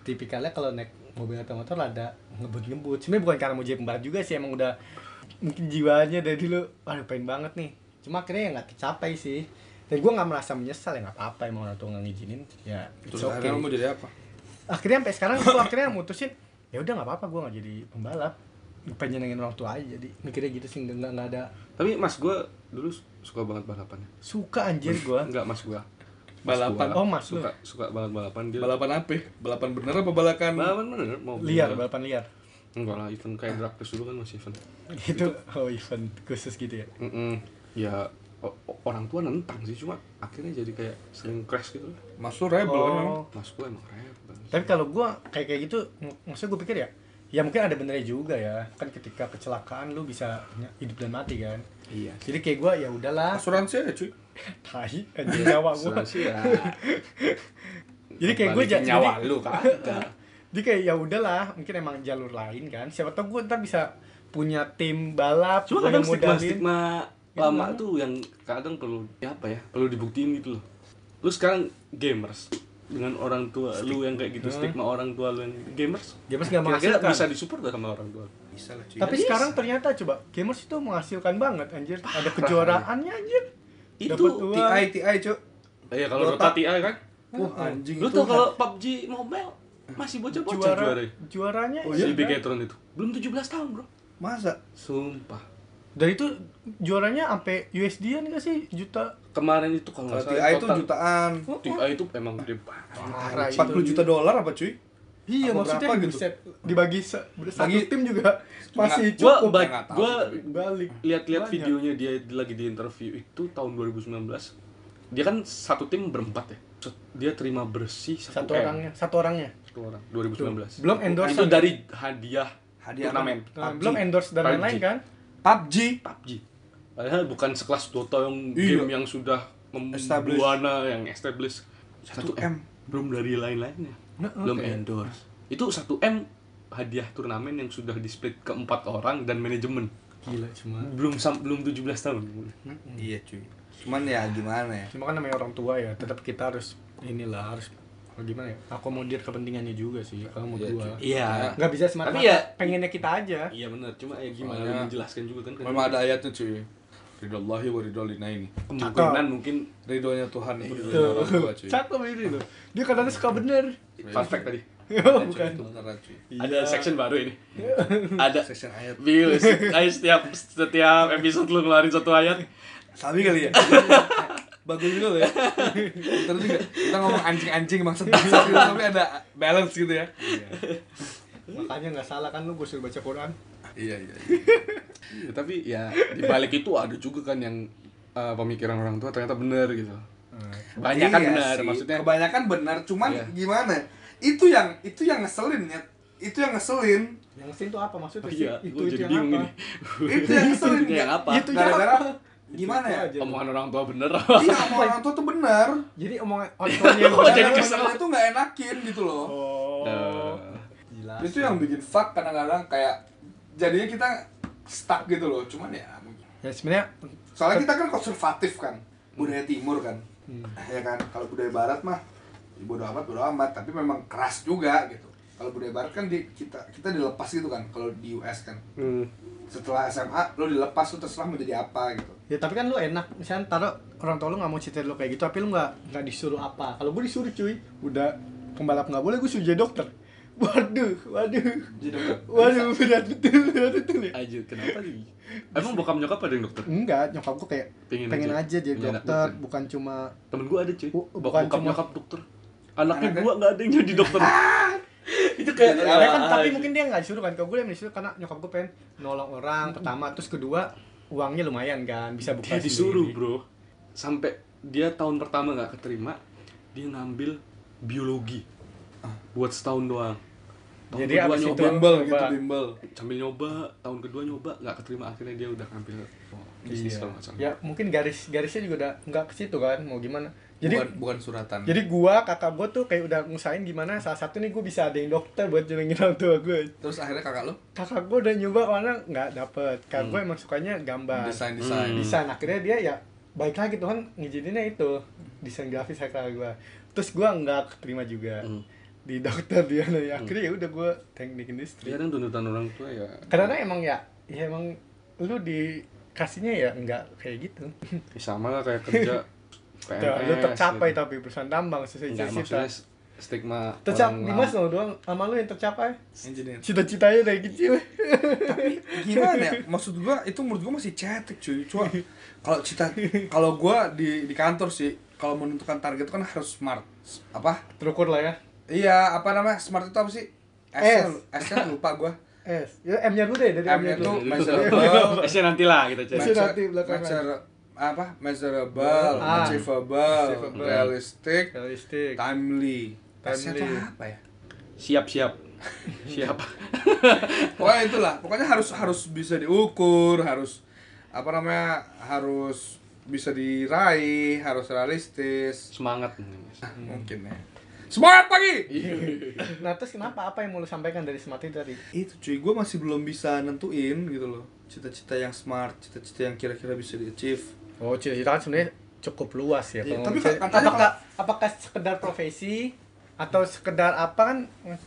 [SPEAKER 2] tipikalnya kalau naik mobil atau motor ada ngebut-ngebut. Sebenarnya bukan karena mau jadi pembalap juga sih, emang udah mungkin jiwanya dari dulu aduh pengen banget nih cuma akhirnya ya nggak tercapai sih dan gue nggak merasa menyesal ya nggak apa-apa emang orang tua nggak ngizinin ya it's
[SPEAKER 3] Terus
[SPEAKER 2] okay
[SPEAKER 3] akhirnya lo mau jadi apa?
[SPEAKER 2] akhirnya sampai sekarang gue akhirnya mutusin ya udah nggak apa-apa gue nggak jadi pembalap pengen nyenengin orang tua aja jadi mikirnya gitu sih nggak nggak ada
[SPEAKER 1] Tapi mas gua dulu suka banget balapan.
[SPEAKER 2] suka anjir gue
[SPEAKER 1] Enggak mas gua. Mas
[SPEAKER 3] Balapan.
[SPEAKER 1] gua
[SPEAKER 2] Oh, mas lu.
[SPEAKER 1] suka suka banget balapan dia.
[SPEAKER 3] Balapan apa? ya? Balapan bener apa balapan?
[SPEAKER 1] Balapan mana? Mau
[SPEAKER 2] liar Iya, balapan liar
[SPEAKER 1] Enggak lah, event kayak drag race dulu kan masih event.
[SPEAKER 2] itu oh event khusus gitu ya
[SPEAKER 1] Mm-mm. Ya o- o- orang tua nentang sih cuma akhirnya jadi kayak sering crash gitu loh.
[SPEAKER 3] Mas lo rebel kan?
[SPEAKER 2] Oh.
[SPEAKER 3] emang?
[SPEAKER 1] Mas gua emang rebel.
[SPEAKER 2] tapi kalau gue kayak kayak gitu mak- maksudnya gue pikir ya ya mungkin ada benernya juga ya kan ketika kecelakaan lu bisa hidup dan mati kan
[SPEAKER 1] Iya.
[SPEAKER 2] jadi kayak gua ya udahlah
[SPEAKER 3] Asuransi aja cuy.
[SPEAKER 2] tai anjing nyawa gua
[SPEAKER 1] Asuransi ya.
[SPEAKER 2] Jadi kayak gue
[SPEAKER 1] Balikin
[SPEAKER 2] jadi-
[SPEAKER 1] nyawa
[SPEAKER 2] jadi-
[SPEAKER 1] lu kan.
[SPEAKER 2] jadi kayak ya udahlah mungkin emang jalur lain kan siapa tau gua ntar bisa punya tim balap gua
[SPEAKER 1] Cuma kadang
[SPEAKER 2] yang
[SPEAKER 1] stigma
[SPEAKER 2] modalin.
[SPEAKER 1] stigma
[SPEAKER 2] Ya,
[SPEAKER 1] lama
[SPEAKER 2] kenapa?
[SPEAKER 1] tuh yang kadang perlu ya apa ya perlu dibuktiin gitu loh. Lu sekarang gamers dengan orang tua lu yang kayak gitu stigma orang tua lu yang gamers
[SPEAKER 2] Gamers nggak
[SPEAKER 1] Kira-kira
[SPEAKER 2] menghasilkan.
[SPEAKER 1] bisa disupport gak sama orang tua lu?
[SPEAKER 3] Bisa lah cuy.
[SPEAKER 2] tapi sekarang ternyata coba gamers itu menghasilkan banget anjir ada kejuaraannya anjir
[SPEAKER 1] Itu
[SPEAKER 2] Dapat uang.
[SPEAKER 3] TI TI cuy.
[SPEAKER 1] Eh, ya kalau
[SPEAKER 3] Dota.
[SPEAKER 1] Dota TI kan
[SPEAKER 3] Wah anjing
[SPEAKER 1] lu
[SPEAKER 3] itu. kan.
[SPEAKER 1] tuh kalau PUBG Mobile masih bocah-bocah
[SPEAKER 2] juara
[SPEAKER 1] juara
[SPEAKER 2] juaranya
[SPEAKER 3] Oh,
[SPEAKER 1] si
[SPEAKER 3] iya?
[SPEAKER 1] Bigetron itu belum 17 tahun bro
[SPEAKER 3] Masa?
[SPEAKER 1] sumpah
[SPEAKER 2] dari itu juaranya sampai USD-an gak sih juta
[SPEAKER 1] kemarin itu kalau
[SPEAKER 3] Kalau
[SPEAKER 1] nggak
[SPEAKER 3] TI
[SPEAKER 1] salah
[SPEAKER 3] itu
[SPEAKER 1] total- Oh,
[SPEAKER 3] jutaan.
[SPEAKER 1] TI itu emang gede banget
[SPEAKER 2] Parah, itu.
[SPEAKER 3] 40 juta dolar apa cuy?
[SPEAKER 2] Iya
[SPEAKER 3] Apa
[SPEAKER 2] maksudnya
[SPEAKER 3] berapa
[SPEAKER 2] di
[SPEAKER 3] gitu?
[SPEAKER 2] set dibagi se, satu
[SPEAKER 3] Bagi-
[SPEAKER 2] tim juga masih
[SPEAKER 3] Nggak,
[SPEAKER 1] gua
[SPEAKER 2] cukup
[SPEAKER 1] ba-
[SPEAKER 3] nggak tahu
[SPEAKER 1] gua
[SPEAKER 3] tapi.
[SPEAKER 2] balik
[SPEAKER 1] lihat-lihat
[SPEAKER 2] Banyak.
[SPEAKER 1] videonya dia lagi di interview itu tahun 2019 dia kan satu tim berempat ya Set- dia terima bersih satu,
[SPEAKER 2] satu
[SPEAKER 1] M.
[SPEAKER 2] orangnya satu orangnya
[SPEAKER 1] satu orang 2019
[SPEAKER 2] belum endorse
[SPEAKER 1] itu dari hadiah
[SPEAKER 3] ya? Hadiah
[SPEAKER 1] turnamen
[SPEAKER 2] Nah,
[SPEAKER 3] PUBG.
[SPEAKER 2] belum endorse dan lain-lain
[SPEAKER 1] PUBG.
[SPEAKER 2] kan
[SPEAKER 3] PUBG.
[SPEAKER 1] PUBG padahal bukan sekelas Dota yang
[SPEAKER 3] Iya.
[SPEAKER 1] game yang sudah
[SPEAKER 3] Established.
[SPEAKER 1] membuana yang established
[SPEAKER 3] Satu M.
[SPEAKER 1] 1M. belum dari lain-lainnya
[SPEAKER 2] Nah,
[SPEAKER 1] belum
[SPEAKER 2] oke.
[SPEAKER 1] endorse itu 1M hadiah turnamen yang sudah di split ke empat orang dan manajemen
[SPEAKER 2] gila cuma
[SPEAKER 1] belum sam- belum 17 tahun
[SPEAKER 3] Iya cuy. Cuman ya gimana ya?
[SPEAKER 2] cuma kan namanya orang tua ya tetap kita harus inilah harus oh, gimana ya akomodir kepentingannya juga sih kalau mau
[SPEAKER 3] Iya,
[SPEAKER 2] gua
[SPEAKER 3] cuy.
[SPEAKER 1] iya
[SPEAKER 2] nggak bisa semata
[SPEAKER 1] Tapi ya-
[SPEAKER 2] pengennya kita aja
[SPEAKER 1] Iya benar, cuma ya gimana
[SPEAKER 3] Soalnya-
[SPEAKER 1] lu menjelaskan juga kan
[SPEAKER 3] Memang ada ayatnya cuy. Ridhollahi wa ridholina ini.
[SPEAKER 1] kemungkinan mungkin
[SPEAKER 3] Ridhonya Tuhan itu
[SPEAKER 1] Iya,
[SPEAKER 2] Tuh.
[SPEAKER 3] ridhonya orang tua cuy.
[SPEAKER 2] cakep ini loh dia katanya suka bener
[SPEAKER 1] fun fact tadi.
[SPEAKER 2] bukan
[SPEAKER 3] Itu beneran cuy.
[SPEAKER 1] Ada section baru ini.
[SPEAKER 3] Iya.
[SPEAKER 1] ada
[SPEAKER 3] Section ayat.
[SPEAKER 1] Bill, ayo setiap setiap episode lu ngeluarin satu ayat.
[SPEAKER 3] Sabi kali ya? Bagus juga loh ya. Terus juga kita ngomong anjing-anjing maksud bangsat gitu, tapi ada balance gitu ya.
[SPEAKER 2] makanya nggak salah kan lu gue suruh baca Quran
[SPEAKER 3] Iya iya.
[SPEAKER 1] Ya, tapi ya di balik itu ada juga kan yang eh, pemikiran orang tua ternyata benar gitu.
[SPEAKER 2] Hmm. Iya
[SPEAKER 1] Banyak kan benar maksudnya.
[SPEAKER 3] Iya Kebanyakan benar, cuman
[SPEAKER 1] Iya.
[SPEAKER 3] gimana? Itu yang itu yang ngeselin ya. Itu yang ngeselin.
[SPEAKER 2] yang sin tuh apa maksudnya
[SPEAKER 1] Oh
[SPEAKER 2] sih?
[SPEAKER 1] iya,
[SPEAKER 2] itu
[SPEAKER 1] gue
[SPEAKER 2] itu
[SPEAKER 1] jadi
[SPEAKER 2] yang
[SPEAKER 1] bingung
[SPEAKER 2] apa
[SPEAKER 1] ini.
[SPEAKER 3] Itu yang ngeselin.
[SPEAKER 1] Itu yang apa?
[SPEAKER 2] Itu yang
[SPEAKER 3] Gara-gara
[SPEAKER 2] apa?
[SPEAKER 3] gimana ya?
[SPEAKER 2] Itu aja.
[SPEAKER 1] Omongan orang tua bener.
[SPEAKER 3] Iya, omongan orang tua tuh benar.
[SPEAKER 2] jadi omongan otornya
[SPEAKER 1] Kok
[SPEAKER 2] gua-
[SPEAKER 1] Oh, jadi
[SPEAKER 3] Kadang-kadang
[SPEAKER 1] kesel?
[SPEAKER 3] orang tua tuh nggak enakin gitu loh.
[SPEAKER 2] oh gila
[SPEAKER 3] Itu yang bikin fuck kadang-kadang kayak jadinya kita stuck gitu loh. Cuman ya
[SPEAKER 2] ya sebenarnya
[SPEAKER 3] Soalnya kita kan konservatif kan, budaya timur kan, ya kan. Kalau budaya barat mah, ya bodo amat, bodo amat. Tapi memang keras juga gitu. Kalau budaya barat kan di, kita kita dilepas gitu kan, kalau di US kan.
[SPEAKER 2] Hmm.
[SPEAKER 3] Setelah SMA lo dilepas lo terserah mau jadi apa gitu.
[SPEAKER 2] Ya tapi kan lu enak, misalnya taruh orang tua lu nggak mau cerita lu kayak gitu, tapi lu nggak nggak disuruh apa. Kalau gue disuruh cuy, udah pembalap nggak boleh, gue suruh jadi dokter. Waduh, waduh,
[SPEAKER 3] Jadi dokter.
[SPEAKER 2] waduh berat betul, berat betul ya.
[SPEAKER 1] Aja kenapa sih? Emang bokap nyokap ada yang dokter?
[SPEAKER 2] Enggak, nyokap gue kayak
[SPEAKER 1] Pengen
[SPEAKER 2] pengen,
[SPEAKER 1] aja.
[SPEAKER 2] aja, jadi
[SPEAKER 1] Punya anak
[SPEAKER 2] dokter,
[SPEAKER 1] dokter.
[SPEAKER 2] bukan cuma
[SPEAKER 1] Temen gue ada cuy,
[SPEAKER 2] Bu-
[SPEAKER 1] Bok-
[SPEAKER 2] bukan
[SPEAKER 1] bokap
[SPEAKER 2] cuma-
[SPEAKER 1] nyokap dokter Anaknya
[SPEAKER 3] Anaknya-
[SPEAKER 1] gua gak ada yang jadi dokter Itu kayak
[SPEAKER 2] Ya,
[SPEAKER 1] ya,
[SPEAKER 2] kan, tapi mungkin dia nggak disuruh kan, kalau gue yang disuruh karena nyokap gue pengen nolong orang pertama, terus kedua uangnya lumayan kan, bisa buka
[SPEAKER 1] Hmm. Dia disuruh
[SPEAKER 2] sendiri.
[SPEAKER 1] bro Sampai dia tahun pertama gak keterima Dia ngambil biologi Buat setahun doang Tahun
[SPEAKER 2] Ah. Jadi
[SPEAKER 1] kedua
[SPEAKER 2] abis itu-
[SPEAKER 1] nyoba
[SPEAKER 3] Bimbel gitu,
[SPEAKER 2] Coba.
[SPEAKER 3] bimbel.
[SPEAKER 1] Sambil nyoba, tahun kedua nyoba gak keterima Akhirnya dia udah ngambil oh, bisnis
[SPEAKER 2] Iya.
[SPEAKER 1] kalau nggak salah.
[SPEAKER 2] Ya mungkin garis garisnya juga udah nggak ke situ kan, mau gimana? Jadi
[SPEAKER 3] bukan, bukan suratan.
[SPEAKER 2] Hmm. Jadi gua kakak gua tuh kayak udah ngusahain gimana salah satu nih gua bisa ada yang dokter buat jenengin orang tua gua.
[SPEAKER 3] Terus akhirnya kakak lo
[SPEAKER 2] Kakak gua udah nyoba karena nggak dapet. Kakak gua emang sukanya gambar.
[SPEAKER 3] desain desain.
[SPEAKER 1] Hmm.
[SPEAKER 2] Desain. Akhirnya dia ya baik lagi Tuhan ngizininnya itu desain grafis kakak gua. Terus gua nggak terima juga
[SPEAKER 1] Hmm.
[SPEAKER 2] di dokter dia nih. Akhirnya ya udah gua teknik industri.
[SPEAKER 1] Kadang kan tuntutan orang tua ya
[SPEAKER 2] Karena emang ya, ya emang lu dikasihnya ya nggak kayak gitu.
[SPEAKER 1] ya sama lah kayak kerja PNS
[SPEAKER 2] lu tercapai
[SPEAKER 1] gitu.
[SPEAKER 2] tapi perusahaan tambang sesuai
[SPEAKER 1] Nggak,
[SPEAKER 2] cita-cita.
[SPEAKER 1] maksudnya stigma
[SPEAKER 2] Tercapai,
[SPEAKER 1] orang
[SPEAKER 2] Dimas lo doang sama lu yang tercapai.
[SPEAKER 3] Engineer.
[SPEAKER 2] cita-citanya dari kecil
[SPEAKER 3] gimana ya maksud gua itu menurut gua masih cetek cuy cuma kalau cita kalau gua di di kantor sih kalau menentukan target itu kan harus smart apa
[SPEAKER 2] terukur lah ya
[SPEAKER 3] iya apa namanya smart itu apa sih
[SPEAKER 2] S.
[SPEAKER 3] S S nya lupa gua
[SPEAKER 2] S ya M nya dulu deh dari M
[SPEAKER 3] M
[SPEAKER 2] nya
[SPEAKER 3] nya
[SPEAKER 2] dulu
[SPEAKER 3] tuh
[SPEAKER 1] Iya.
[SPEAKER 3] measurable
[SPEAKER 1] Esnya nanti lah kita cari.
[SPEAKER 2] Esnya
[SPEAKER 3] measure,
[SPEAKER 2] nanti belakangan.
[SPEAKER 3] measure- apa measurable
[SPEAKER 2] Ah.
[SPEAKER 3] achievable,
[SPEAKER 2] Achievable.
[SPEAKER 3] realistic
[SPEAKER 2] realistik
[SPEAKER 3] timely S nya tuh
[SPEAKER 2] Timely.
[SPEAKER 3] apa ya
[SPEAKER 1] Siap siap. Siap.
[SPEAKER 3] pokoknya itulah pokoknya harus harus bisa diukur harus apa namanya harus bisa diraih harus realistis
[SPEAKER 1] Semangat mungkin. Mas.
[SPEAKER 3] mungkin ya semangat pagi
[SPEAKER 2] Nah terus kenapa? Apa yang mau lu sampaikan dari smart itu tadi?
[SPEAKER 3] itu cuy gue masih belum bisa nentuin gitu loh cita-cita yang smart cita-cita yang kira-kira bisa di achieve
[SPEAKER 2] Oh cita-cita kan sebenarnya cukup luas ya.
[SPEAKER 3] Iya,
[SPEAKER 2] kalau
[SPEAKER 3] tapi
[SPEAKER 2] misalnya-
[SPEAKER 3] katanya
[SPEAKER 2] apakah apakah sekedar profesi atau sekedar apa kan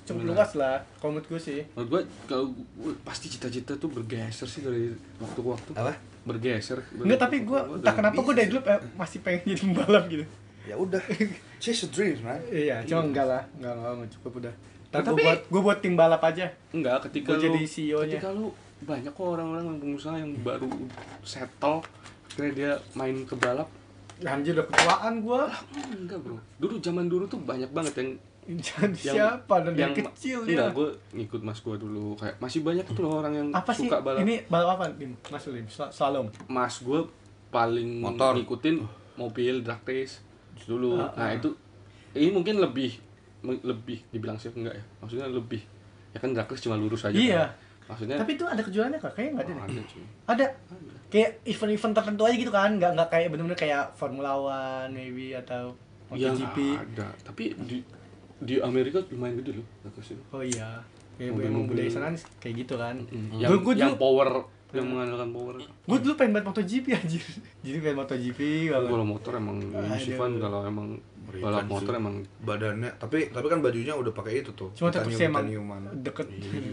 [SPEAKER 2] cukup
[SPEAKER 1] Benar.
[SPEAKER 2] luas lah. Kalau menurut gue sih.
[SPEAKER 1] Menurut gua kalau gua- pasti cita-cita tuh bergeser sih dari waktu ke waktu.
[SPEAKER 3] Apa?
[SPEAKER 1] Bergeser.
[SPEAKER 2] Enggak tapi gue entah kenapa gue dari dulu pe- masih pengen jadi pembalap gitu.
[SPEAKER 3] ya udah chase your dreams man
[SPEAKER 2] Iya, cuma enggak lah, enggak enggak, enggak cukup udah. Tapi gue
[SPEAKER 1] tapi-
[SPEAKER 2] buat gue buat tim balap aja.
[SPEAKER 1] Enggak,
[SPEAKER 2] Gua
[SPEAKER 1] ketika lu
[SPEAKER 2] jadi E CEO-nya.
[SPEAKER 1] Ketika lu banyak kok orang-orang yang pengusaha yang baru settle akhirnya dia main ke balap
[SPEAKER 2] Anjir udah ketuaan gue.
[SPEAKER 1] enggak bro dulu zaman dulu tuh banyak banget yang
[SPEAKER 2] Jadi
[SPEAKER 1] yang
[SPEAKER 2] siapa dan dari kecil
[SPEAKER 1] enggak
[SPEAKER 2] dia.
[SPEAKER 1] gue ngikut mas gue dulu kayak masih banyak tuh loh orang yang
[SPEAKER 2] Apa sih?
[SPEAKER 1] suka balap
[SPEAKER 2] Ini balap apa, Lim? Mas Lim, Sla- slalom.
[SPEAKER 1] mas gue paling
[SPEAKER 3] Motor.
[SPEAKER 1] ngikutin mobil drag race dulu
[SPEAKER 2] Ah,
[SPEAKER 1] nah itu ini mungkin lebih me- lebih dibilang sih enggak ya maksudnya lebih ya kan drag race cuma lurus aja
[SPEAKER 2] Iya.
[SPEAKER 1] kan. maksudnya
[SPEAKER 2] Tapi itu ada kejuarannya kak? Kayaknya nggak ada
[SPEAKER 1] oh,
[SPEAKER 2] deh.
[SPEAKER 1] ada cuy
[SPEAKER 2] Ada. Kayak event-event tertentu aja gitu kan? Nggak nggak kayak bener-bener kayak Formula One, maybe atau
[SPEAKER 1] Iya,
[SPEAKER 2] MotoGP.
[SPEAKER 1] ada tapi di di Amerika lumayan gede loh drag race itu
[SPEAKER 2] Oh iya. Kayak
[SPEAKER 1] Mobil-mobil.
[SPEAKER 2] emang budaya sana kayak gitu kan.
[SPEAKER 1] yang,
[SPEAKER 2] Gua- gua
[SPEAKER 1] yang
[SPEAKER 2] dulu- Iya.
[SPEAKER 1] power yang mengandalkan power
[SPEAKER 2] Gue dulu pengen banget MotoGP anjir. Jadi pengen MotoGP banget.
[SPEAKER 1] kalau motor emang
[SPEAKER 2] Iya,
[SPEAKER 1] ini sih Van.
[SPEAKER 2] Aduh.
[SPEAKER 1] kalau emang
[SPEAKER 4] Berikan
[SPEAKER 1] balap
[SPEAKER 4] sih.
[SPEAKER 1] motor emang
[SPEAKER 4] badannya tapi tapi kan bajunya udah pakai itu tuh
[SPEAKER 2] Cuma tetap sih Eh. emang
[SPEAKER 4] titanium-titaniuman.
[SPEAKER 2] deket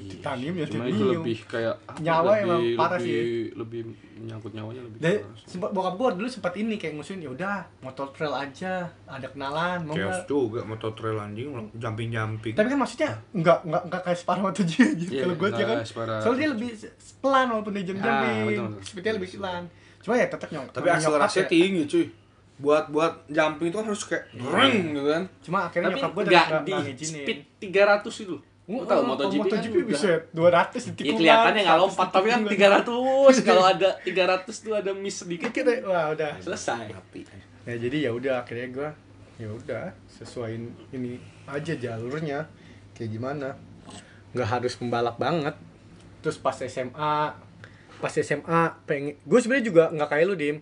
[SPEAKER 2] titanium ya
[SPEAKER 1] cuma Iya, itu
[SPEAKER 2] titanium.
[SPEAKER 1] lebih kayak apa,
[SPEAKER 2] Nyawa emang parah
[SPEAKER 1] lebih,
[SPEAKER 2] sih.
[SPEAKER 1] lebih menyangkut nyawanya lebih
[SPEAKER 2] Dari,
[SPEAKER 1] parah sih.
[SPEAKER 2] sempat bokap gue dulu sempat ini kayak ngusulin ya udah motor trail aja ada kenalan mau
[SPEAKER 4] chaos
[SPEAKER 2] nggak
[SPEAKER 4] juga motor trail anjing jumping jumping
[SPEAKER 2] tapi kan maksudnya nggak nggak nggak kayak separah motor dia gitu
[SPEAKER 1] Iya,
[SPEAKER 2] kalau gue aja
[SPEAKER 1] nggak
[SPEAKER 2] kan
[SPEAKER 1] kayak separah.
[SPEAKER 2] soalnya dia lebih se- pelan walaupun dia jam
[SPEAKER 1] Ah,
[SPEAKER 2] jumping
[SPEAKER 1] betul, betul.
[SPEAKER 2] speednya lebih pelan cuma ya tetap nyong
[SPEAKER 4] tapi
[SPEAKER 2] ya.
[SPEAKER 4] akselerasinya tinggi cuy
[SPEAKER 3] buat buat jumping itu kan harus kayak reng gitu kan
[SPEAKER 2] cuma akhirnya
[SPEAKER 1] tapi
[SPEAKER 2] nyokap gue
[SPEAKER 1] nggak
[SPEAKER 2] nggak
[SPEAKER 1] di
[SPEAKER 2] nggak ngizinin
[SPEAKER 1] speed 300 itu Iya,
[SPEAKER 2] Gua
[SPEAKER 1] Lu tahu MotoGP, kan
[SPEAKER 2] bisa
[SPEAKER 1] udah-
[SPEAKER 2] 200 di
[SPEAKER 1] Ya
[SPEAKER 2] tikungan.
[SPEAKER 1] kelihatannya nggak
[SPEAKER 2] 100
[SPEAKER 1] lompat,
[SPEAKER 2] di
[SPEAKER 1] tapi kan
[SPEAKER 2] tikungan.
[SPEAKER 1] 300 Kalau ada 300 tuh ada miss sedikit
[SPEAKER 2] Kita wah udah.
[SPEAKER 1] Selesai
[SPEAKER 2] Ya jadi ya udah akhirnya gua ya udah sesuaiin ini aja jalurnya kayak gimana. Nggak harus pembalap banget. Terus pas SMA pas SMA pengen gue sebenarnya juga nggak kayak lu dim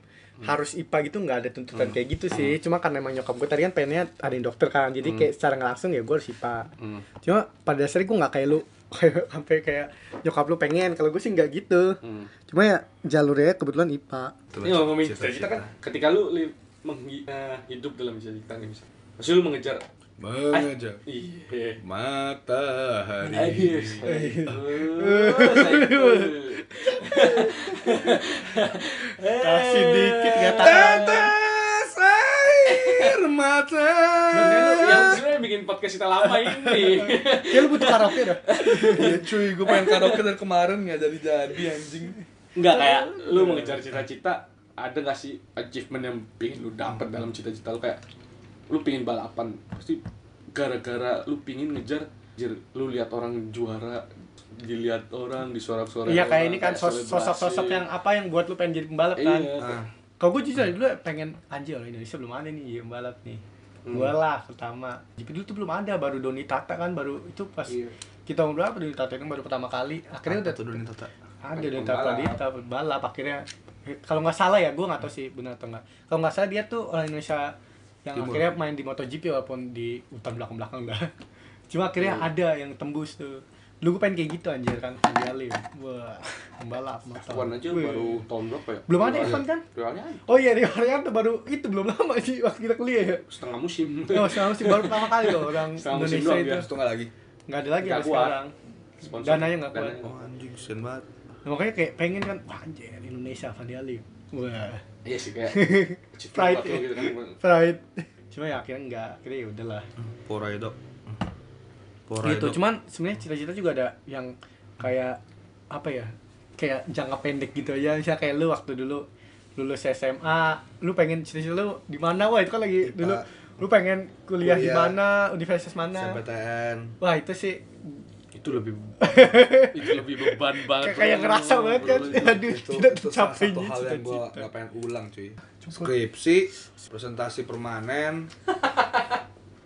[SPEAKER 2] harus IPA gitu nggak ada tuntutan kayak gitu sih cuma karena emang nyokap gue tadi kan pengennya ada yang dokter kan jadi kayak secara nggak langsung ya gue harus IPA
[SPEAKER 1] Hmm.
[SPEAKER 2] cuma pada dasarnya gue nggak kayak lu sampai kayak nyokap lu pengen kalau gue sih nggak gitu
[SPEAKER 1] Hmm.
[SPEAKER 2] cuma ya jalurnya kebetulan IPA
[SPEAKER 1] Ini ngomongin cita-cita kan ketika lu li- menghina hidup dalam cita-cita nih misalnya Maksudnya lu mengejar
[SPEAKER 4] mengejar
[SPEAKER 1] Iya
[SPEAKER 3] Iya.
[SPEAKER 1] Eh,
[SPEAKER 4] matahari
[SPEAKER 1] Adios. iya. Kasih
[SPEAKER 2] kasih dikit
[SPEAKER 1] Eh,
[SPEAKER 2] nggak tahan
[SPEAKER 3] Tetes air mata.
[SPEAKER 1] Yang sebenarnya bikin podcast kita lama ini.
[SPEAKER 2] Kayak Ya, lu butuh karaoke dah.
[SPEAKER 3] Iya cuy, gue pengen karaoke dari kemarin nggak jadi jadi anjing.
[SPEAKER 1] Enggak kayak
[SPEAKER 2] Iya,
[SPEAKER 1] lu mengejar cita-cita ada gak sih achievement yang pingin lu dapet dalam cita-cita lu kayak lu pingin balapan pasti gara-gara lu pingin ngejar anjir, lu lihat orang juara dilihat orang disuara-suara
[SPEAKER 2] Iya kayak
[SPEAKER 1] orang,
[SPEAKER 2] ini kan sos-
[SPEAKER 1] selebrasi.
[SPEAKER 2] sosok-sosok yang apa yang buat lu pengen jadi pembalap
[SPEAKER 1] iya,
[SPEAKER 2] kan. Kalau gue jujur dulu pengen anjir orang Indonesia belum ada nih yang balap nih.
[SPEAKER 1] Hmm.
[SPEAKER 2] Gue lah pertama. Jadi dulu tuh belum ada baru Doni Tata kan baru itu pas
[SPEAKER 1] Iya.
[SPEAKER 2] kita umur berapa Doni Tata kan baru pertama kali. Akhirnya udah
[SPEAKER 4] tuh dunia tata
[SPEAKER 2] ada Doni Tata Pradita balap akhirnya kalau nggak salah ya gue nggak tahu sih benar atau nggak. Kalau nggak salah dia tuh orang Indonesia yang
[SPEAKER 4] Timur.
[SPEAKER 2] akhirnya main di MotoGP walaupun di hutan belakang-belakang dah. Cuma akhirnya
[SPEAKER 1] Iya.
[SPEAKER 2] ada yang tembus tuh. Lu gue pengen kayak gitu anjir kan Anjali. Wah, pembalap motor.
[SPEAKER 1] F1 aja
[SPEAKER 2] Wih.
[SPEAKER 1] baru tahun berapa ya?
[SPEAKER 2] Belum ada F1 kan?
[SPEAKER 1] Soalnya ada.
[SPEAKER 2] Oh iya, Rio Haryanto baru itu belum lama sih waktu kita kuliah ya.
[SPEAKER 1] setengah musim.
[SPEAKER 2] Oh, selama sih baru pertama kali loh orang
[SPEAKER 1] Selama musim
[SPEAKER 2] Indonesia
[SPEAKER 1] doang
[SPEAKER 2] itu.
[SPEAKER 1] dia.
[SPEAKER 3] Terus tuh nggak lagi.
[SPEAKER 2] Nggak ada lagi
[SPEAKER 1] Nggak
[SPEAKER 2] sampai
[SPEAKER 1] kuat.
[SPEAKER 2] sekarang. Dananya nggak kuat.
[SPEAKER 1] Dananya.
[SPEAKER 4] oh anjing kesian banget
[SPEAKER 2] Nah, makanya kayak pengen kan, wah anjir Indonesia Vandiali. Wah.
[SPEAKER 1] Iya sih kayak achievement
[SPEAKER 2] Pride
[SPEAKER 1] buat lu
[SPEAKER 2] ya.
[SPEAKER 1] gitu kan.
[SPEAKER 2] Pride. Cuma ya akhirnya enggak, akhirnya ya udahlah.
[SPEAKER 4] porai dok porai
[SPEAKER 2] Gitu.
[SPEAKER 4] dok
[SPEAKER 2] Cuman sebenarnya cita-cita juga ada yang kayak apa ya? Kayak jangka pendek gitu aja. Misalnya kayak lu waktu dulu lulus SMA, lu pengen cita-cita lu di mana? Wah, itu kan lagi
[SPEAKER 4] Ipa.
[SPEAKER 2] dulu lu pengen kuliah, di
[SPEAKER 4] Kuliah.
[SPEAKER 2] mana, universitas mana.
[SPEAKER 4] SMPTN
[SPEAKER 2] Wah, itu sih
[SPEAKER 1] Itu lebih itu lebih beban banget.
[SPEAKER 2] kayak kayak ngerasa banget kan. Aduh,
[SPEAKER 3] Itu,
[SPEAKER 2] tidak
[SPEAKER 3] itu salah
[SPEAKER 2] tercapai gitu.
[SPEAKER 3] satu hal yang gue
[SPEAKER 2] cita-cita.
[SPEAKER 3] nggak pengen ulang cuy.
[SPEAKER 4] skripsi presentasi permanen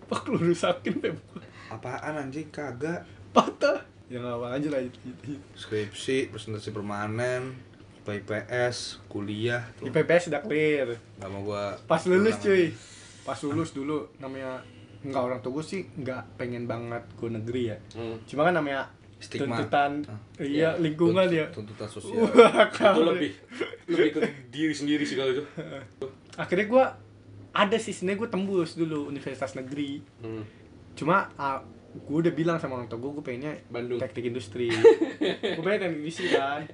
[SPEAKER 2] Pak lu rusakin tembok.
[SPEAKER 4] apaan anjing kagak
[SPEAKER 2] Patah. Ya, yang awal aja lah
[SPEAKER 4] skripsi presentasi permanen IPA IPS kuliah tuh
[SPEAKER 2] IPPS udah clear
[SPEAKER 4] nggak mau gua
[SPEAKER 2] pas lulus cuy pas lulus dulu namanya nggak orang tua gue sih nggak pengen banget gue negeri ya
[SPEAKER 1] Hmm.
[SPEAKER 2] cuma kan namanya
[SPEAKER 4] Stigma.
[SPEAKER 2] tuntutan
[SPEAKER 4] Ah.
[SPEAKER 2] iya lingkungan
[SPEAKER 4] Tunt-
[SPEAKER 2] ya
[SPEAKER 4] tuntutan sosial
[SPEAKER 2] Wah,
[SPEAKER 1] itu
[SPEAKER 2] kamu.
[SPEAKER 1] lebih lebih ke diri sendiri sih kalau itu
[SPEAKER 2] akhirnya gue ada sih sebenarnya gue tembus dulu universitas negeri
[SPEAKER 1] hmm.
[SPEAKER 2] cuma gue udah bilang sama orang tua gue gue pengennya
[SPEAKER 1] Bandung.
[SPEAKER 2] teknik industri gue pengen teknik industri kan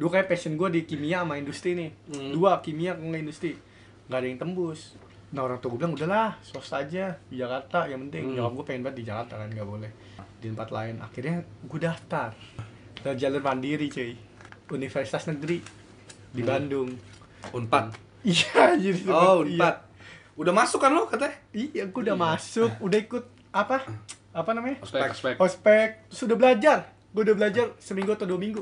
[SPEAKER 2] dua kayak passion gue di kimia sama industri nih
[SPEAKER 1] Hmm.
[SPEAKER 2] dua kimia gue nggak industri nggak ada yang tembus nah orang tua gue bilang udahlah swasta aja di Jakarta yang penting
[SPEAKER 1] Hmm.
[SPEAKER 2] nyokap gue pengen banget di Jakarta kan nggak boleh di tempat lain akhirnya gue daftar Lewat jalur mandiri cuy universitas negeri di Bandung
[SPEAKER 4] unpad
[SPEAKER 2] Hmm. iya jadi
[SPEAKER 4] oh
[SPEAKER 2] tempat- iya.
[SPEAKER 4] unpad udah masuk kan lo katanya
[SPEAKER 2] Iya, gue udah masuk, udah ikut apa? Apa namanya?
[SPEAKER 1] ospek ospek
[SPEAKER 2] Ospek. Sudah belajar. Gue udah belajar seminggu atau dua minggu.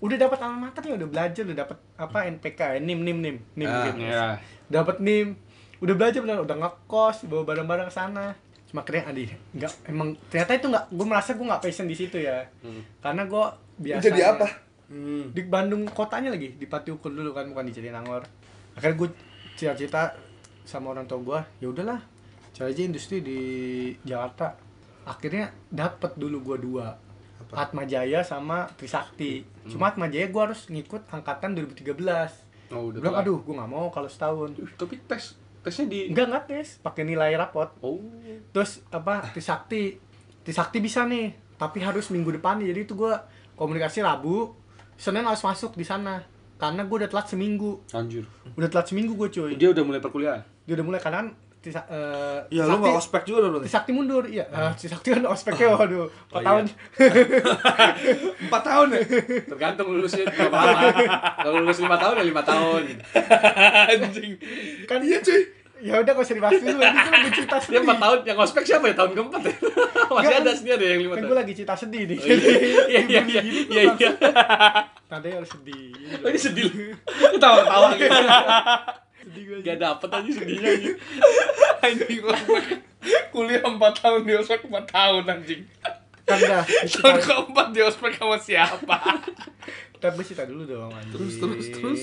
[SPEAKER 2] Udah dapat alma mater ya, udah belajar, udah dapat apa NPK, nim nim nim nim.
[SPEAKER 4] Ah,
[SPEAKER 2] gitu.
[SPEAKER 1] ya
[SPEAKER 2] Dapat nim. Udah belajar benar, udah ngekos, bawa barang-barang ke sana. Cuma keren adi, nggak emang ternyata itu nggak, gue merasa gue nggak passion di situ ya. Karena gue biasa.
[SPEAKER 3] Jadi apa?
[SPEAKER 2] Di Bandung kotanya lagi, di Pati Ukur dulu kan, bukan di Jatinangor. Akhirnya gue cita-cita sama orang tua gue, ya udahlah, cari aja industri di Jakarta. Akhirnya dapet dulu gue dua, Atma Jaya sama Trisakti.
[SPEAKER 1] Hmm.
[SPEAKER 2] Cuma Atma Jaya gue harus ngikut angkatan 2013.
[SPEAKER 1] oh
[SPEAKER 2] Gue
[SPEAKER 1] udah
[SPEAKER 2] bilang,
[SPEAKER 1] telat.
[SPEAKER 2] aduh gue nggak mau kalau setahun.
[SPEAKER 1] Ih, tapi tes tesnya di
[SPEAKER 2] Enggak, enggak tes, pakai nilai rapot.
[SPEAKER 1] oh
[SPEAKER 2] Terus apa, Trisakti. Trisakti bisa nih, tapi harus minggu depan. Jadi itu gue komunikasi Rabu, Senin harus masuk di sana. Karena gue udah telat seminggu.
[SPEAKER 1] anjur
[SPEAKER 2] Udah telat seminggu gue cuy.
[SPEAKER 1] dia udah mulai perkuliahan
[SPEAKER 2] Dia udah mulai kanan Tisa, eh,
[SPEAKER 4] ya
[SPEAKER 1] Iya,
[SPEAKER 4] lo nggak ospek juga dulu
[SPEAKER 2] Trisakti mundur, iya. Ah, Trisakti kan ospeknya waduh, 4
[SPEAKER 1] Oh, iya.
[SPEAKER 2] tahun.
[SPEAKER 4] empat tahun ya
[SPEAKER 1] tergantung lulusnya berapa lama kalau lulus lima tahun ya lima tahun
[SPEAKER 4] anjing
[SPEAKER 2] Kan iya cuy. Ya udah kau sering bahas dulu, ini kan lagi cerita sedih.
[SPEAKER 1] dia empat tahun yang ospek siapa ya tahun keempat ya masih
[SPEAKER 2] Enggak,
[SPEAKER 1] ada
[SPEAKER 2] kan-
[SPEAKER 1] sih ada yang lima
[SPEAKER 2] Kan gue
[SPEAKER 1] tahun
[SPEAKER 2] lagi cerita sedih nih.
[SPEAKER 1] Oh, iya iya iya iya iya
[SPEAKER 2] Tadi harus sedih.
[SPEAKER 1] Oh, ini sedih lu. ketawa-ketawa gitu
[SPEAKER 2] Sedih gue.
[SPEAKER 1] gak dapet aja sedihnya gitu.
[SPEAKER 3] Anjing ospek. Kuliah 4 tahun di ospek 4 tahun anjing.
[SPEAKER 2] Kan dah,
[SPEAKER 3] Tahun
[SPEAKER 2] kita-
[SPEAKER 3] keempat di ospek sama siapa?
[SPEAKER 2] tapi cerita dulu dong anjing.
[SPEAKER 3] Terus, terus, terus.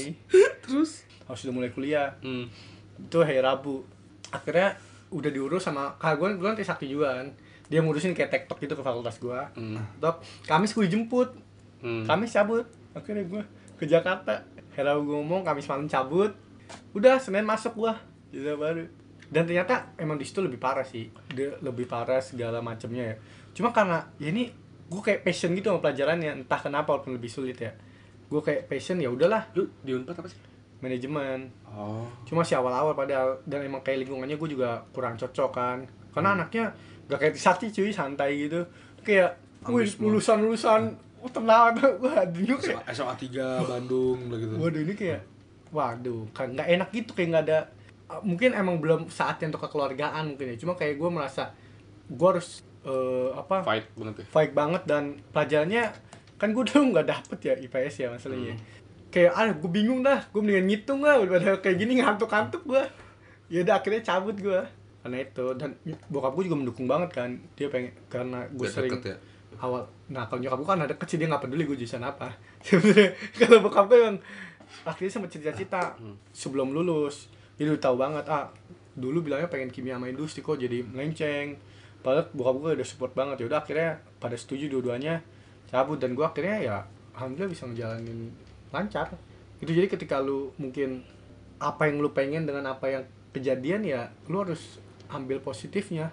[SPEAKER 3] Terus
[SPEAKER 2] Harus udah mulai kuliah.
[SPEAKER 1] hmm.
[SPEAKER 2] itu hari Rabu akhirnya udah diurus sama kak gue gue nanti sakti juga kan dia ngurusin kayak tektok gitu ke fakultas gue
[SPEAKER 1] Hmm.
[SPEAKER 2] top Kamis gue jemput
[SPEAKER 1] Hmm.
[SPEAKER 2] Kamis cabut akhirnya gue ke Jakarta hari Rabu gue ngomong Kamis malam cabut udah Senin masuk gue jadi baru dan ternyata emang di situ lebih parah sih Dia lebih parah segala macamnya ya cuma karena ya ini gue kayak passion gitu sama pelajarannya entah kenapa walaupun lebih sulit ya gue kayak passion ya udahlah
[SPEAKER 1] lu di unpad apa sih
[SPEAKER 2] manajemen
[SPEAKER 1] oh
[SPEAKER 2] cuma sih awal-awal padahal dan emang kayak lingkungannya gue juga kurang cocok kan karena
[SPEAKER 1] Hmm.
[SPEAKER 2] anaknya gak kayak Trisakti cuy santai gitu kayak wih lulusan lulusan oh, tenang wah dulu kayak
[SPEAKER 4] SMA 3 Bandung lah gitu
[SPEAKER 2] waduh ini kayak waduh kan nggak enak gitu kayak nggak ada uh, mungkin emang belum saatnya untuk kekeluargaan mungkin ya cuma kayak gue merasa gue harus eh, apa
[SPEAKER 1] fight banget ya
[SPEAKER 2] baik banget dan pelajarannya kan gue dulu nggak dapet ya IPS ya masalahnya kayak ah gue bingung dah gue mendingan ngitung lah daripada kayak gini ngantuk-ngantuk gue ya udah akhirnya cabut gue karena itu dan bokap gue juga mendukung banget kan dia pengen karena gue
[SPEAKER 4] Biar
[SPEAKER 2] sering
[SPEAKER 4] deket ya.
[SPEAKER 2] awal nah kalau nyokap gue kan ada kecil dia nggak peduli gue jurusan apa sebenarnya kalau bokap gue yang akhirnya sempat cita-cita
[SPEAKER 4] Hmm.
[SPEAKER 2] sebelum lulus dia udah tahu banget ah dulu bilangnya pengen kimia sama industri kok jadi melenceng padahal bokap gue udah support banget ya udah akhirnya pada setuju dua-duanya cabut dan gue akhirnya ya alhamdulillah bisa ngejalanin lancar itu jadi ketika lu mungkin apa yang lu pengen dengan apa yang kejadian ya lu harus ambil positifnya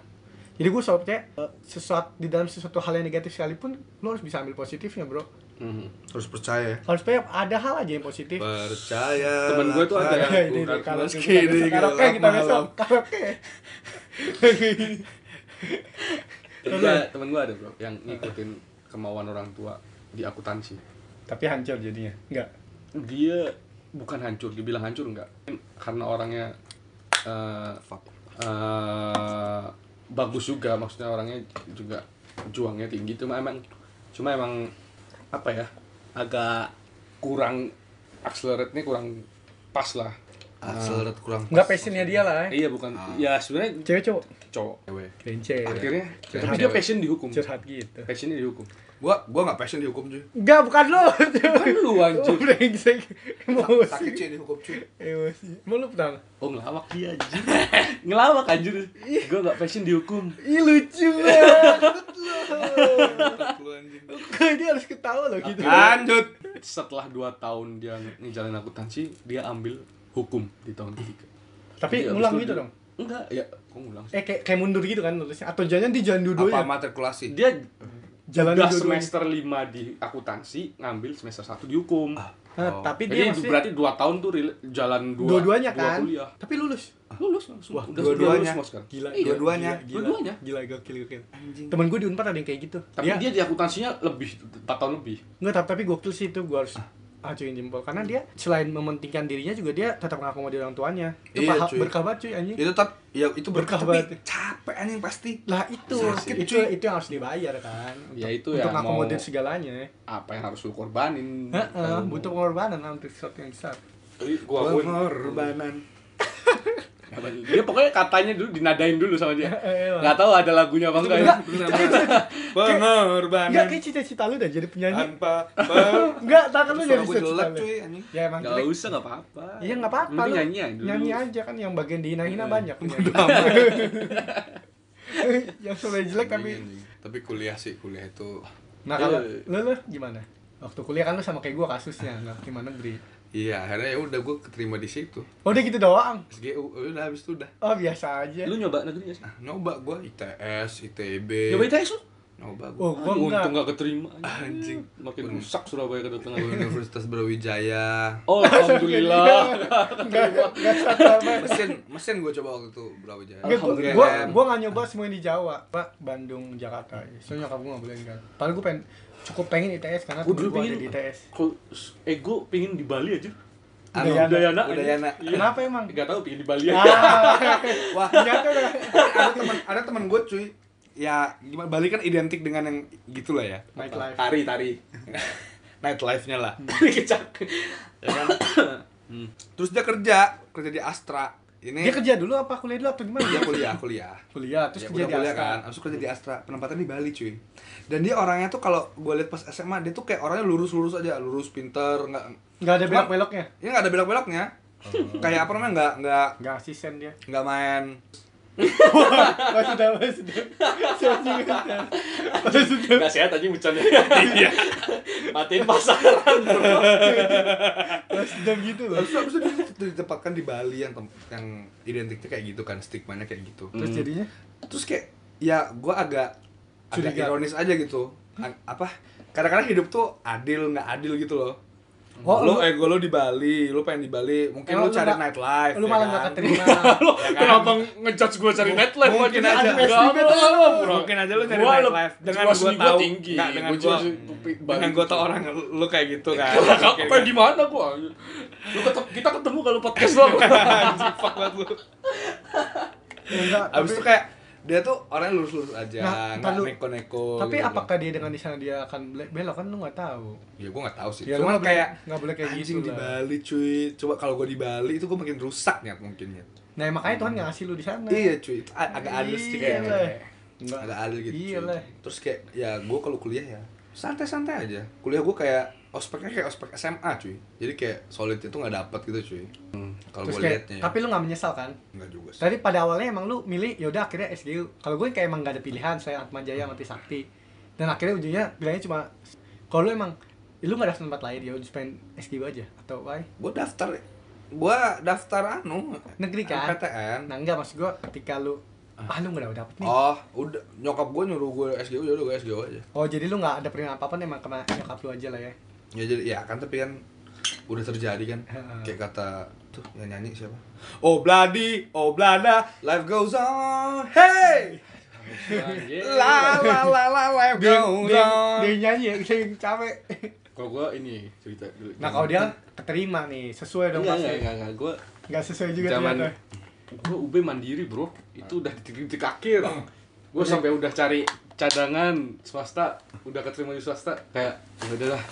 [SPEAKER 2] jadi gue selalu percaya eh, sesuatu di dalam sesuatu hal yang negatif sekalipun lu harus bisa ambil positifnya bro
[SPEAKER 1] hmm.
[SPEAKER 4] harus percaya ya
[SPEAKER 2] harus percaya ada hal aja yang positif
[SPEAKER 4] percaya
[SPEAKER 1] Temen gua tuh ada.
[SPEAKER 2] Ya, ini
[SPEAKER 1] Bukan,
[SPEAKER 2] nih, kalau
[SPEAKER 4] meski
[SPEAKER 2] kita
[SPEAKER 4] di
[SPEAKER 2] besok karaoke
[SPEAKER 4] gelap
[SPEAKER 2] kita besok
[SPEAKER 4] malam.
[SPEAKER 2] karaoke
[SPEAKER 1] Juga temen gue ada bro yang ngikutin kemauan orang tua di akuntansi.
[SPEAKER 2] tapi hancur jadinya enggak
[SPEAKER 1] Dia bukan hancur, dibilang hancur enggak. Karena orangnya eh, eh, bagus juga, maksudnya orangnya juga juangnya tinggi. Cuma emang cuma emang apa ya agak kurang accelerate-nya kurang pas lah.
[SPEAKER 4] Akseleret kurang
[SPEAKER 2] enggak passionnya dia lah eh.
[SPEAKER 1] Iya bukan, ya sebenarnya
[SPEAKER 2] cewek cowok
[SPEAKER 1] cowok.
[SPEAKER 4] Cewek.
[SPEAKER 2] keren cewek
[SPEAKER 1] Akhirnya,
[SPEAKER 4] Cewek.
[SPEAKER 1] tapi dia passion dihukum.
[SPEAKER 2] curhat gitu
[SPEAKER 1] Passionnya dihukum.
[SPEAKER 3] Gua gua nggak passion dihukum cuy.
[SPEAKER 2] Enggak, bukan lo. Bukan
[SPEAKER 1] Kan lu, anjing.
[SPEAKER 2] Brengsek. Emosi.
[SPEAKER 3] Sakit cuy dihukum cuy.
[SPEAKER 2] Emosi. Mau lu pernah?
[SPEAKER 1] Oh ngelawak dia anjir. ngelawak anjir. Gue gak passion dihukum.
[SPEAKER 2] Ih lucu banget.
[SPEAKER 3] Lu anjing.
[SPEAKER 2] Dia harus ketawa loh gitu.
[SPEAKER 3] Lanjut.
[SPEAKER 1] Setelah 2 tahun dia ngejalanin akuntansi, dia ambil hukum di tahun ketiga.
[SPEAKER 2] Tapi
[SPEAKER 1] Iya,
[SPEAKER 2] ngulang
[SPEAKER 1] abis itu
[SPEAKER 2] gitu
[SPEAKER 1] dia-
[SPEAKER 2] dong.
[SPEAKER 1] Enggak, ya kok ngulang sih?
[SPEAKER 2] Eh kayak kayak mundur gitu kan nulisnya. Atau jangan dia jalan dua ya.
[SPEAKER 3] Apa matrikulasi?
[SPEAKER 1] Dia
[SPEAKER 2] Jalan
[SPEAKER 1] udah
[SPEAKER 2] dua-duanya.
[SPEAKER 1] semester 5 di akuntansi, ngambil semester 1 di hukum.
[SPEAKER 2] Nah, tapi
[SPEAKER 1] Ah. Oh. Jadi
[SPEAKER 2] dia masih
[SPEAKER 1] berarti 2 tahun tuh rela- jalan dua,
[SPEAKER 2] dua-duanya
[SPEAKER 1] dua
[SPEAKER 2] kan.
[SPEAKER 1] kuliah.
[SPEAKER 2] Tapi lulus.
[SPEAKER 1] Lulus langsung.
[SPEAKER 2] Wah,
[SPEAKER 1] udah
[SPEAKER 3] dua-duanya.
[SPEAKER 1] lulus mau sekarang.
[SPEAKER 2] Gila,
[SPEAKER 1] Iya.
[SPEAKER 3] dua-duanya.
[SPEAKER 2] Gila,
[SPEAKER 1] Dua-duanya.
[SPEAKER 2] gila, gila gokil gokil.
[SPEAKER 3] Anjing.
[SPEAKER 2] Temen gue di Unpad ada yang kayak gitu.
[SPEAKER 1] Tapi dia di akuntansinya lebih 4 tahun lebih.
[SPEAKER 2] Nggak, tapi, tapi gokil sih itu gue harus acuin jempol karena dia selain mementingkan dirinya juga dia tetap mengakomodir orang tuanya. Itu
[SPEAKER 3] Iya,
[SPEAKER 2] paha-
[SPEAKER 3] cuy.
[SPEAKER 2] berkah banget cuy anjing.
[SPEAKER 1] Iya.
[SPEAKER 3] Itu tetap ya itu
[SPEAKER 2] Berkah
[SPEAKER 3] berkah
[SPEAKER 2] banget.
[SPEAKER 3] tapi capek anjing pasti.
[SPEAKER 2] Lah itu,
[SPEAKER 1] Iya
[SPEAKER 3] Sakit,
[SPEAKER 2] itu
[SPEAKER 3] cuy.
[SPEAKER 2] itu yang harus dibayar kan.
[SPEAKER 1] Ya, itu
[SPEAKER 2] untuk
[SPEAKER 1] ya, mau-
[SPEAKER 2] mengakomodir segalanya.
[SPEAKER 1] Apa yang harus lu korbanin?
[SPEAKER 2] Heeh,
[SPEAKER 1] Kalau-
[SPEAKER 2] butuh pengorbanan lah untuk sesuatu yang besar.
[SPEAKER 1] Eh, Gua akuin.
[SPEAKER 3] Pengorbanan.
[SPEAKER 1] Apa itu? Dia pokoknya katanya dulu dinadain dulu sama dia.
[SPEAKER 2] Eh, emang.
[SPEAKER 1] Nggak tahu ada lagunya apa enggak ya.
[SPEAKER 2] Enggak
[SPEAKER 3] Pengorbanan.
[SPEAKER 2] kayak cita-cita lu dah jadi penyanyi.
[SPEAKER 3] Tanpa pengorbanan.
[SPEAKER 2] Enggak, takkan lu
[SPEAKER 3] Suara
[SPEAKER 2] jadi
[SPEAKER 3] gue
[SPEAKER 2] cita-cita.
[SPEAKER 3] jelek
[SPEAKER 2] lu.
[SPEAKER 3] cuy anjing.
[SPEAKER 2] Ya emang
[SPEAKER 1] Enggak
[SPEAKER 2] jelek.
[SPEAKER 1] usah enggak apa-apa.
[SPEAKER 2] Iya enggak apa-apa.
[SPEAKER 1] Mending
[SPEAKER 2] lu
[SPEAKER 1] nyanyi aja dulu. Eh,
[SPEAKER 2] Nyanyi aja kan yang bagian dihina-hina banyak. Iya. yang sebenarnya jelek tapi
[SPEAKER 3] tapi kuliah sih kuliah itu
[SPEAKER 2] Nah kalau
[SPEAKER 1] Iya.
[SPEAKER 2] lu, lu gimana? Waktu kuliah kan lu sama kayak gue kasusnya nggak di mana negeri.
[SPEAKER 3] iya akhirnya ya udah gue keterima di situ
[SPEAKER 2] Oh udah gitu doang.
[SPEAKER 3] SGU ya udah habis itu udah
[SPEAKER 2] Oh biasa aja.
[SPEAKER 3] Ya.
[SPEAKER 1] Lu nyoba negeri nggak sih?
[SPEAKER 3] nyoba gue ITS ITB
[SPEAKER 1] Nyoba ITS lu?
[SPEAKER 3] nyoba gue
[SPEAKER 2] Oh gue enggak.
[SPEAKER 1] Untung enggak keterima
[SPEAKER 3] Anjing.
[SPEAKER 1] Makin rusak Surabaya kedatangan.
[SPEAKER 3] Universitas Brawijaya
[SPEAKER 1] Oh,
[SPEAKER 2] iya.
[SPEAKER 1] alhamdulillah.
[SPEAKER 2] Enggak enggak sama.
[SPEAKER 3] mesin mesin gue coba waktu itu Brawijaya
[SPEAKER 2] Enggak, gua-
[SPEAKER 1] Alhamdulillah.
[SPEAKER 2] gua gua nggak nyoba semua yang di Jawa, Pak, Bandung, Jakarta. Soalnya nyokap gua nggak boleh kan. Padahal gua pengen cukup pengen ITS karena
[SPEAKER 1] Gua
[SPEAKER 2] temen
[SPEAKER 1] dulu
[SPEAKER 2] gua ada
[SPEAKER 1] pingin
[SPEAKER 2] di ITS.
[SPEAKER 1] Kalau ego pingin di Bali aja.
[SPEAKER 3] Anu,
[SPEAKER 2] Udayana.
[SPEAKER 1] Udayana.
[SPEAKER 3] Udayana.
[SPEAKER 1] Iya.
[SPEAKER 2] Kenapa emang?
[SPEAKER 1] Enggak tahu pingin di Bali aja.
[SPEAKER 2] Ah,
[SPEAKER 3] wah
[SPEAKER 2] ternyata udah.
[SPEAKER 3] ada teman ada teman gue cuy ya gimana Bali kan identik dengan yang gitulah ya
[SPEAKER 2] Nightlife.
[SPEAKER 3] tari tari nightlife nya lah
[SPEAKER 1] Kecak.
[SPEAKER 3] Ya kan? terus dia kerja kerja di Astra ini
[SPEAKER 2] Dia kerja dulu apa kuliah dulu atau gimana?
[SPEAKER 3] dia kuliah kuliah
[SPEAKER 2] kuliah terus
[SPEAKER 3] terus
[SPEAKER 2] kerja
[SPEAKER 3] kuliah,
[SPEAKER 2] di
[SPEAKER 3] kuliah
[SPEAKER 2] Astra.
[SPEAKER 3] kan abis itu kerja di Astra penempatan di Bali cuy dan dia orangnya tuh kalau gue liat pas SMA dia tuh kayak orangnya lurus lurus aja lurus pinter nggak
[SPEAKER 2] Nggak ada
[SPEAKER 3] Cuma-
[SPEAKER 2] belok-beloknya.
[SPEAKER 3] ya nggak ada belok beloknya
[SPEAKER 1] Oh.
[SPEAKER 3] kayak apa namanya nggak nggak
[SPEAKER 2] Nggak asisten dia.
[SPEAKER 3] nggak main
[SPEAKER 2] Oh sudah, oh, sudah. Siap juga. Oh, sudah.
[SPEAKER 1] Enggak sehat aja bercanda. Iya. Matiin pasaran, bro.
[SPEAKER 2] Oh, sudah gitu loh.
[SPEAKER 3] abis itu, abis itu dia tuh ditempatkan di Bali yang tem- yang identiknya kayak gitu kan stigmanya kayak gitu
[SPEAKER 1] Hmm.
[SPEAKER 2] Terus jadinya
[SPEAKER 3] terus kayak ya gue agak agak
[SPEAKER 2] Curiga.
[SPEAKER 3] ironis aja gitu A- apa kadang-kadang hidup tuh adil nggak adil gitu loh
[SPEAKER 2] Oh, lu-
[SPEAKER 3] lo ego lo di Bali, lo pengen di Bali, mungkin
[SPEAKER 2] Emang
[SPEAKER 3] lo
[SPEAKER 2] lu
[SPEAKER 3] cari
[SPEAKER 2] nggak-
[SPEAKER 3] nightlife.
[SPEAKER 2] lu
[SPEAKER 3] ya
[SPEAKER 2] malah
[SPEAKER 3] kan?
[SPEAKER 2] nggak keterima.
[SPEAKER 1] Kenapa Kan ngejudge gue cari nightlife
[SPEAKER 3] Mungkin
[SPEAKER 1] lagi?
[SPEAKER 3] aja.
[SPEAKER 1] Nggak
[SPEAKER 3] Estimate
[SPEAKER 1] apa-apa,
[SPEAKER 3] aja lu.
[SPEAKER 1] bro.
[SPEAKER 3] Mungkin aja lu cari
[SPEAKER 1] Gua le-
[SPEAKER 3] nightlife. Dengan
[SPEAKER 1] jiwa seni
[SPEAKER 3] gua
[SPEAKER 1] gua
[SPEAKER 3] tahu.
[SPEAKER 1] tinggi.
[SPEAKER 3] Nggak, dengan
[SPEAKER 1] Gua jiwa
[SPEAKER 3] gua-
[SPEAKER 1] seni- tupi-
[SPEAKER 3] Dengan
[SPEAKER 1] banget.
[SPEAKER 3] gue tau orang lo kayak gitu kan.
[SPEAKER 1] Kakak,
[SPEAKER 3] Mungkin
[SPEAKER 1] apa
[SPEAKER 3] kan.
[SPEAKER 1] di mana gua? Lu ketemu, kita ketemu kalau podcast doang.
[SPEAKER 3] Anjing, fuck banget lu.
[SPEAKER 2] Ya, enggak, tapi-
[SPEAKER 3] Abis itu kan- kayak dia tuh orangnya lurus-lurus aja,
[SPEAKER 2] Nah,
[SPEAKER 3] nggak
[SPEAKER 2] lalu-
[SPEAKER 3] neko-neko.
[SPEAKER 2] Tapi
[SPEAKER 3] gitu.
[SPEAKER 2] apakah dia dengan di sana dia akan bele- belok kan lu nggak tahu.
[SPEAKER 3] Ya gue nggak tahu sih.
[SPEAKER 2] Ya, lu
[SPEAKER 3] Cuman
[SPEAKER 2] nggak boleh-
[SPEAKER 3] kayak
[SPEAKER 2] nggak boleh kayak
[SPEAKER 3] anjing
[SPEAKER 2] gitu
[SPEAKER 3] di
[SPEAKER 2] lah.
[SPEAKER 3] Bali cuy. Coba kalau gue di Bali itu gue makin rusak ya mungkin ya.
[SPEAKER 2] Nah makanya Tuhan nggak ngasih lu di sana.
[SPEAKER 3] Iya cuy, itu a- agak adil
[SPEAKER 2] Nah.
[SPEAKER 3] sedikit.
[SPEAKER 2] Iya lah. Nggak.
[SPEAKER 3] Agak adil gitu.
[SPEAKER 2] Iya
[SPEAKER 3] cuy.
[SPEAKER 2] lah.
[SPEAKER 3] Terus kayak ya gue kalau kuliah ya santai-santai aja. Kuliah gue kayak ospeknya kayak ospek SMA cuy. Jadi kayak solid itu nggak dapet gitu cuy.
[SPEAKER 2] Hmm. Terus
[SPEAKER 3] Kalau gue
[SPEAKER 2] kayak,
[SPEAKER 3] liatnya. ya.
[SPEAKER 2] tapi lu nggak menyesal kan?
[SPEAKER 3] nggak juga sih.
[SPEAKER 2] Tadi pada awalnya emang lu milih yaudah akhirnya SGU. Kalau gue kayak emang gak ada pilihan selain Atman Jaya sama Sakti. Dan akhirnya ujungnya bilangnya cuma kalau lu emang "Ih, lu gak ada tempat lain ya udah pengen SGU aja atau why?
[SPEAKER 3] Gue daftar gue daftar anu
[SPEAKER 2] Negeri kan?
[SPEAKER 3] PTN.
[SPEAKER 2] Nah enggak maksud gue ketika lu ah lu gak dapet nih.
[SPEAKER 3] Oh, udah nyokap gue nyuruh gue SGU ya udah gue SGU aja.
[SPEAKER 2] Oh jadi lu nggak ada perintah apa-apa emang kena nyokap lu aja lah ya.
[SPEAKER 3] Ya jadi ya kan tapi kan udah terjadi kan
[SPEAKER 2] Heeh.
[SPEAKER 3] kayak kata tuh yang nyanyi siapa? Oh Bladi, oh Blada, life goes on. Hey! La la la la life
[SPEAKER 2] Dia,
[SPEAKER 3] goes
[SPEAKER 2] dia,
[SPEAKER 3] on.
[SPEAKER 2] dia nyanyi ya, dia yang capek.
[SPEAKER 1] Kalau gua ini cerita dulu.
[SPEAKER 2] Nah kalau dia keterima nih, sesuai dong
[SPEAKER 1] enggak enggak
[SPEAKER 2] pasti.
[SPEAKER 1] enggak, enggak. Gua
[SPEAKER 2] Enggak sesuai juga
[SPEAKER 1] Iya, zaman
[SPEAKER 2] ternyata.
[SPEAKER 1] gua UB mandiri, Bro. Itu udah di titik-titik akhir. Gua sampai udah cari cadangan swasta, udah keterima di swasta kayak "Ya udah lah.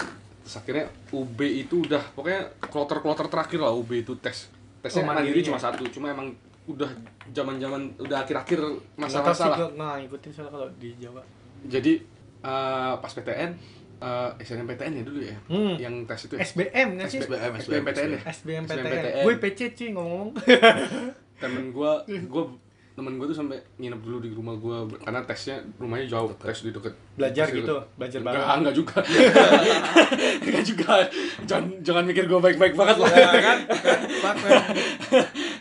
[SPEAKER 1] Terus akhirnya UB itu udah pokoknya kloter-kloter terakhir lah UB itu tes. Tesnya
[SPEAKER 2] Oh,
[SPEAKER 1] mandiri
[SPEAKER 2] mandirinya.
[SPEAKER 1] cuma satu, cuma emang udah zaman-zaman udah akhir-akhir
[SPEAKER 2] Nggak tahu sih
[SPEAKER 1] masa-masa lah.
[SPEAKER 2] gua nggak ngikutin soalnya kalau di Jawa.
[SPEAKER 1] jadi eh, pas PTN eh, SNMPTN ya dulu ya
[SPEAKER 2] Hmm.
[SPEAKER 1] yang tes itu ya
[SPEAKER 2] SBM nggak sih?
[SPEAKER 1] SBM SBMPTN ya
[SPEAKER 2] SBM
[SPEAKER 1] SBMPTN.
[SPEAKER 2] PTN. Gue PC cuy ngomong-ngomong.
[SPEAKER 1] temen gue
[SPEAKER 2] Hmm.
[SPEAKER 1] gue temen gue tuh sampai nginep dulu di rumah gue karena tesnya rumahnya jauh tes di deket
[SPEAKER 2] Belajar
[SPEAKER 1] tes di
[SPEAKER 2] gitu,
[SPEAKER 1] deket.
[SPEAKER 2] belajar
[SPEAKER 1] enggak,
[SPEAKER 2] bareng.
[SPEAKER 1] enggak juga enggak juga jangan jangan mikir gue baik baik banget lah
[SPEAKER 3] kan? Fuck, man.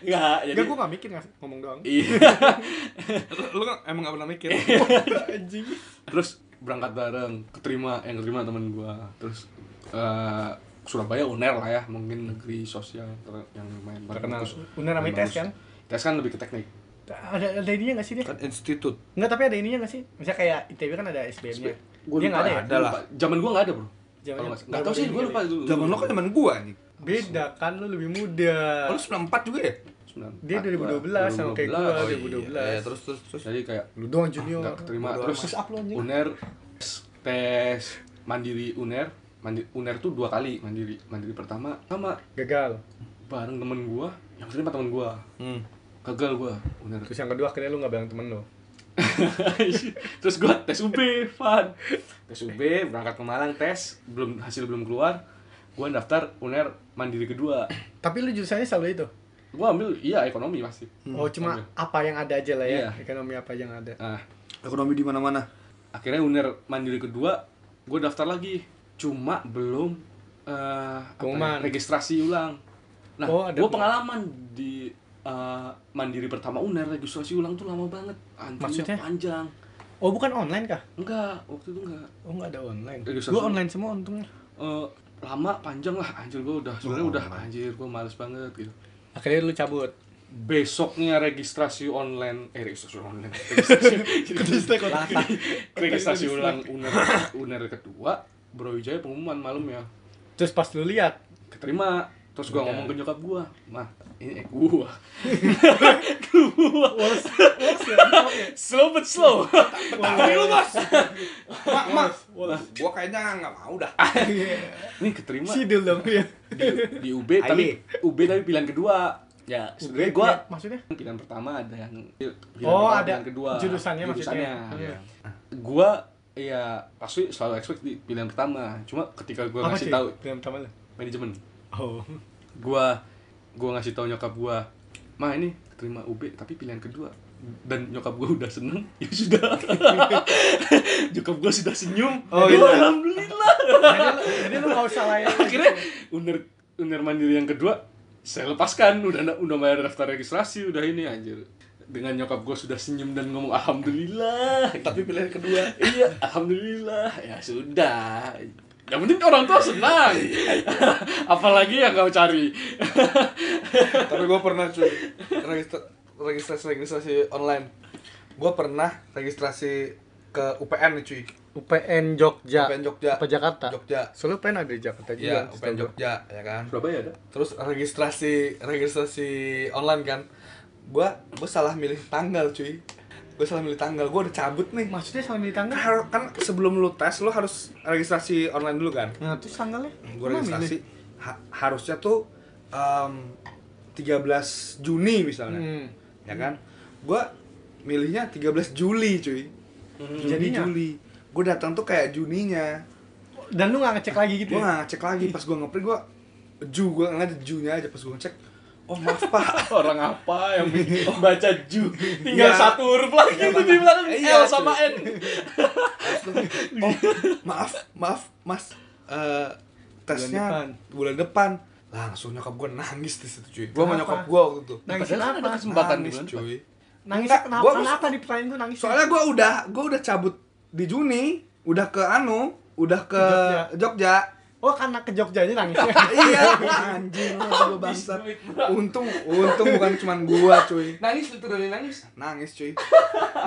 [SPEAKER 1] enggak jadi
[SPEAKER 2] Enggak gue nggak mikir nggak- ngomong doang.
[SPEAKER 1] iya
[SPEAKER 3] Lu- Lu kan emang gak pernah mikir.
[SPEAKER 2] Anjing.
[SPEAKER 1] terus berangkat bareng keterima eh, yang keterima temen gua terus eh, Surabaya UNER lah ya mungkin negeri sosial ter- yang lumayan bagus.
[SPEAKER 2] Terkenal.
[SPEAKER 1] Terus-
[SPEAKER 2] UNER namanya
[SPEAKER 1] lumayan
[SPEAKER 2] tes kan?
[SPEAKER 1] bagus. tes kan lebih ke teknik
[SPEAKER 2] Ada ada ininya nggak sih deh?
[SPEAKER 3] Kan institut.
[SPEAKER 2] Enggak tapi ada ininya nggak sih? Misalnya kayak ITB kan ada SBM-nya.
[SPEAKER 1] Gua
[SPEAKER 2] Dia
[SPEAKER 1] lupa,
[SPEAKER 2] nggak ada ya?
[SPEAKER 3] ada. lah.
[SPEAKER 1] Lupa. zaman gua nggak ada bro
[SPEAKER 2] Zaman-
[SPEAKER 1] Kalau nggak-
[SPEAKER 2] zaman
[SPEAKER 1] nggak tahu sih
[SPEAKER 2] ini
[SPEAKER 1] gua
[SPEAKER 2] kali
[SPEAKER 1] lupa
[SPEAKER 2] ya.
[SPEAKER 1] itu
[SPEAKER 3] Zaman lo kan zaman gua anjing.
[SPEAKER 2] Beda kan lu lebih muda.
[SPEAKER 3] Lo 94 juga ya?
[SPEAKER 2] Dia 2012 sama kayak gua,
[SPEAKER 1] Oh, iya.
[SPEAKER 2] 2012.
[SPEAKER 3] Iya, terus terus terus.
[SPEAKER 1] jadi kayak
[SPEAKER 2] Lu doang
[SPEAKER 1] nggak
[SPEAKER 2] junior.
[SPEAKER 1] keterima
[SPEAKER 3] Bodo
[SPEAKER 1] terus
[SPEAKER 3] amat.
[SPEAKER 2] Push up lu anjing.
[SPEAKER 1] UNER tes, tes mandiri UNER Mandi- UNER tuh dua kali mandiri mandiri pertama sama
[SPEAKER 2] Gagal.
[SPEAKER 1] bareng temen gua yang terima temen gua
[SPEAKER 3] Hmm.
[SPEAKER 1] gagal gua UNER
[SPEAKER 2] Terus yang kedua akhirnya lu nggak bilang temen lu.
[SPEAKER 1] terus gua tes UB Fan tes UB berangkat ke Malang tes belum hasil belum keluar gua daftar UNER mandiri kedua
[SPEAKER 2] Tapi lu jurusannya selalu itu.
[SPEAKER 1] gua ambil iya ekonomi pasti
[SPEAKER 2] Oh cuma apa yang ada aja lah ya.
[SPEAKER 1] Iya.
[SPEAKER 2] Ekonomi apa yang ada.
[SPEAKER 1] nah
[SPEAKER 3] Ekonomi di mana-mana.
[SPEAKER 1] akhirnya UNER mandiri kedua gue daftar lagi cuma belum eh, apa
[SPEAKER 2] Pengumuman.
[SPEAKER 1] ya, registrasi ulang nah
[SPEAKER 2] Oh, ada
[SPEAKER 1] gue
[SPEAKER 2] peng-
[SPEAKER 1] pengalaman di eh, mandiri pertama UNER registrasi ulang tuh lama banget antrinya
[SPEAKER 2] Maksudnya?
[SPEAKER 1] panjang
[SPEAKER 2] Oh bukan online kah?
[SPEAKER 1] enggak waktu itu enggak
[SPEAKER 2] Oh nggak ada online.
[SPEAKER 1] Ada
[SPEAKER 2] Gua
[SPEAKER 1] satu-
[SPEAKER 2] online semua untungnya.
[SPEAKER 1] Eh, lama panjang lah anjir gue udah sebenarnya udah anjir gue males banget gitu
[SPEAKER 2] Akhirnya lu cabut.
[SPEAKER 1] besoknya registrasi online eh registrasi online registrasi, registrasi ulang UNER UNER kedua Brawijaya pengumuman malam ya
[SPEAKER 2] Terus pas lu lihat
[SPEAKER 1] keterima terus gua ngomong ke nyokap gua mah ini eh, gua slow but slow
[SPEAKER 3] Tapi lu bos. Mak, mak. Gua kayaknya nggak mau dah.
[SPEAKER 1] ini keterima
[SPEAKER 2] sidul Iya. dong ya.
[SPEAKER 1] di, di UB tapi UB tapi pilihan kedua ya sebenarnya gua
[SPEAKER 2] maksudnya
[SPEAKER 1] pilihan pertama ada yang pilihan
[SPEAKER 2] Oh,
[SPEAKER 1] pertama,
[SPEAKER 2] ada
[SPEAKER 1] pilihan kedua
[SPEAKER 2] jurusannya maksudnya.
[SPEAKER 1] Iya.
[SPEAKER 2] Iya.
[SPEAKER 1] gua ya pasti selalu expect di pilihan pertama cuma ketika gua
[SPEAKER 2] apa
[SPEAKER 1] ngasih
[SPEAKER 2] sih?
[SPEAKER 1] tahu
[SPEAKER 2] Dalam pertama lu.
[SPEAKER 1] manajemen
[SPEAKER 2] Oh.
[SPEAKER 1] gua gua ngasih tahu nyokap gua mah ini terima UB tapi pilihan kedua dan nyokap gua udah seneng ya sudah nyokap gua sudah senyum oh, alhamdulillah
[SPEAKER 2] Jadi lu nggak usah lain.
[SPEAKER 1] akhirnya uner uner mandiri yang kedua saya lepaskan udah na- udah bayar daftar registrasi udah ini anjir dengan nyokap gua sudah senyum dan ngomong alhamdulillah
[SPEAKER 3] Tapi pilihan kedua.
[SPEAKER 1] iya alhamdulillah ya sudah yang penting orang tua senang apalagi yang kau cari
[SPEAKER 3] Tapi gua pernah cuy registra- registrasi registrasi online. Gua pernah registrasi ke UPN nih cuy.
[SPEAKER 2] UPN Jogja.
[SPEAKER 3] UPN Jogja.
[SPEAKER 2] Apa Jakarta?
[SPEAKER 3] Jogja.
[SPEAKER 2] Soalnya UPN ada di Jakarta juga.
[SPEAKER 3] Iya, UPN Jogja ya kan.
[SPEAKER 1] Surabaya ada
[SPEAKER 3] Terus registrasi registrasi online kan. Gua gua salah milih tanggal cuy. Gua salah milih tanggal. Gua udah cabut nih.
[SPEAKER 2] Maksudnya sama milih tanggal?
[SPEAKER 3] Kan har- kan sebelum lu tes lu harus registrasi online dulu kan
[SPEAKER 2] Nah, terus tanggalnya?
[SPEAKER 3] gue
[SPEAKER 2] Lu
[SPEAKER 3] registrasi
[SPEAKER 2] milih.
[SPEAKER 3] ha- harusnya tuh em, 13 Juni misalnya
[SPEAKER 2] Hmm.
[SPEAKER 3] ya kan gue milihnya 13 Juli cuy
[SPEAKER 2] Hmm.
[SPEAKER 3] Juni
[SPEAKER 2] Jadinya?
[SPEAKER 3] Juli gue datang tuh kayak Juninya
[SPEAKER 2] Dan lu nggak ngecek lagi gitu
[SPEAKER 3] gue
[SPEAKER 2] ya?
[SPEAKER 3] nggak ngecek lagi pas gue ngeprint gue Ju gue nggak ada Junya aja pas gue ngecek oh maaf pak
[SPEAKER 1] orang apa yang bikin baca ju
[SPEAKER 3] Iya.
[SPEAKER 1] tinggal satu huruf lagi
[SPEAKER 3] Iya,
[SPEAKER 1] itu
[SPEAKER 3] Bang.
[SPEAKER 1] di belakang
[SPEAKER 3] Iya,
[SPEAKER 1] L sama N
[SPEAKER 3] Terus lu, oh maaf maaf mas Eh,
[SPEAKER 2] depan.
[SPEAKER 3] tesnya bulan depan. langsung nyokap gue nangis di situ cuy gue sama
[SPEAKER 2] Kenapa?
[SPEAKER 3] nyokap gue waktu itu
[SPEAKER 2] Nangis
[SPEAKER 1] Padahal kan
[SPEAKER 2] kenapa?
[SPEAKER 1] ada kesempatan
[SPEAKER 3] nangis
[SPEAKER 1] bulan
[SPEAKER 3] cuy
[SPEAKER 2] Nangis
[SPEAKER 3] Enggak,
[SPEAKER 2] kenapa?
[SPEAKER 3] gua-
[SPEAKER 2] kenapa di pertanyaan gua nangis?
[SPEAKER 3] soalnya gue udah gue udah cabut di Juni udah ke anu udah ke
[SPEAKER 2] Jogja.
[SPEAKER 3] Jogja,
[SPEAKER 2] Oh, karena ke Jogjanya nangis.
[SPEAKER 3] iya anjing lu gue bangsat untung untung bukan cuman gue cuy
[SPEAKER 1] nangis literally nangis
[SPEAKER 3] nangis cuy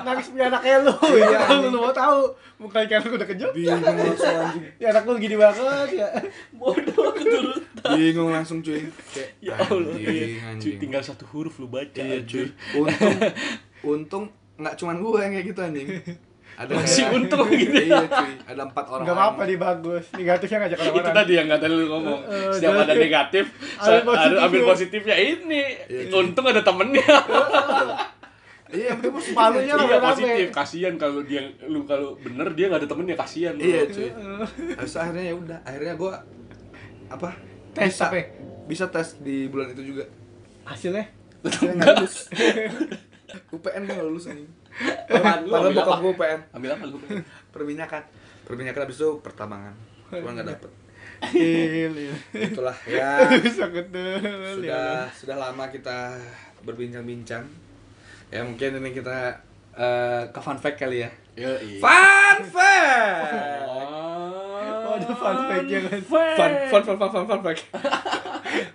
[SPEAKER 2] nangis punya anaknya lu.
[SPEAKER 3] Iya,
[SPEAKER 2] Ya, lu
[SPEAKER 3] anjing.
[SPEAKER 2] mau tahu bukan karena gua udah ke Jogja.
[SPEAKER 3] bingung langsung anjing
[SPEAKER 2] Ya anak lu gini banget ya.
[SPEAKER 1] bodoh keturut
[SPEAKER 3] bingung langsung cuy Kayak,
[SPEAKER 1] ya Allah
[SPEAKER 3] anjing,
[SPEAKER 1] iya.
[SPEAKER 3] anjing.
[SPEAKER 1] cuy tinggal satu huruf lu baca
[SPEAKER 3] Iya cuy.
[SPEAKER 1] anjir.
[SPEAKER 3] Untung untung nggak cuman gue yang kayak gitu anjing. Ada
[SPEAKER 1] Masih untung gitu ya.
[SPEAKER 3] Iya cuy. Ada empat orang.
[SPEAKER 2] Enggak apa-apa nih bagus. Negatifnya ngajak
[SPEAKER 1] itu
[SPEAKER 2] orang-orang.
[SPEAKER 1] tadi yang kata lu ngomong
[SPEAKER 2] Eh, eh,
[SPEAKER 1] setiap ada
[SPEAKER 2] jadi-
[SPEAKER 1] negatif
[SPEAKER 2] Ambil
[SPEAKER 1] sa- harus ambil
[SPEAKER 2] positifnya.
[SPEAKER 1] positifnya ini
[SPEAKER 3] Iya, cuy.
[SPEAKER 1] untung ada temennya
[SPEAKER 3] Iya, yang penting positif.
[SPEAKER 2] Malunya
[SPEAKER 3] ya, cuy.
[SPEAKER 2] lah.
[SPEAKER 1] Iya
[SPEAKER 2] rame-rame.
[SPEAKER 1] positif, kasihan kalau dia lu kalau bener dia nggak ada temennya kasihan. lu.
[SPEAKER 3] Iya, cuy. Habis itu akhirnya ya udah, akhirnya gua apa?
[SPEAKER 2] Tes
[SPEAKER 3] bisa,
[SPEAKER 2] apa ya?
[SPEAKER 3] Bisa tes di bulan itu juga.
[SPEAKER 2] hasilnya
[SPEAKER 3] Akhirnya nggak lulus. UPN gua nggak lulus anjing.
[SPEAKER 1] Apaan lu?
[SPEAKER 3] Padahal
[SPEAKER 1] Ambil
[SPEAKER 3] bokap
[SPEAKER 1] apa?
[SPEAKER 3] gua UPN.
[SPEAKER 1] Ambil apa lu?
[SPEAKER 3] Perminyakan. Perminyakan habis itu pertambangan. Cuma
[SPEAKER 1] Iya.
[SPEAKER 3] nggak dapet.
[SPEAKER 2] il
[SPEAKER 3] Itulah ya.
[SPEAKER 2] il sakit tuh
[SPEAKER 3] iya. sudah sudah lama kita berbincang-bincang ya mungkin ini kita eh, ke fun fact kali ya
[SPEAKER 1] Yo, iya.
[SPEAKER 3] fun fact
[SPEAKER 1] Oh,
[SPEAKER 2] ada fun fact yang
[SPEAKER 3] fun fun fun fun fun, fun fact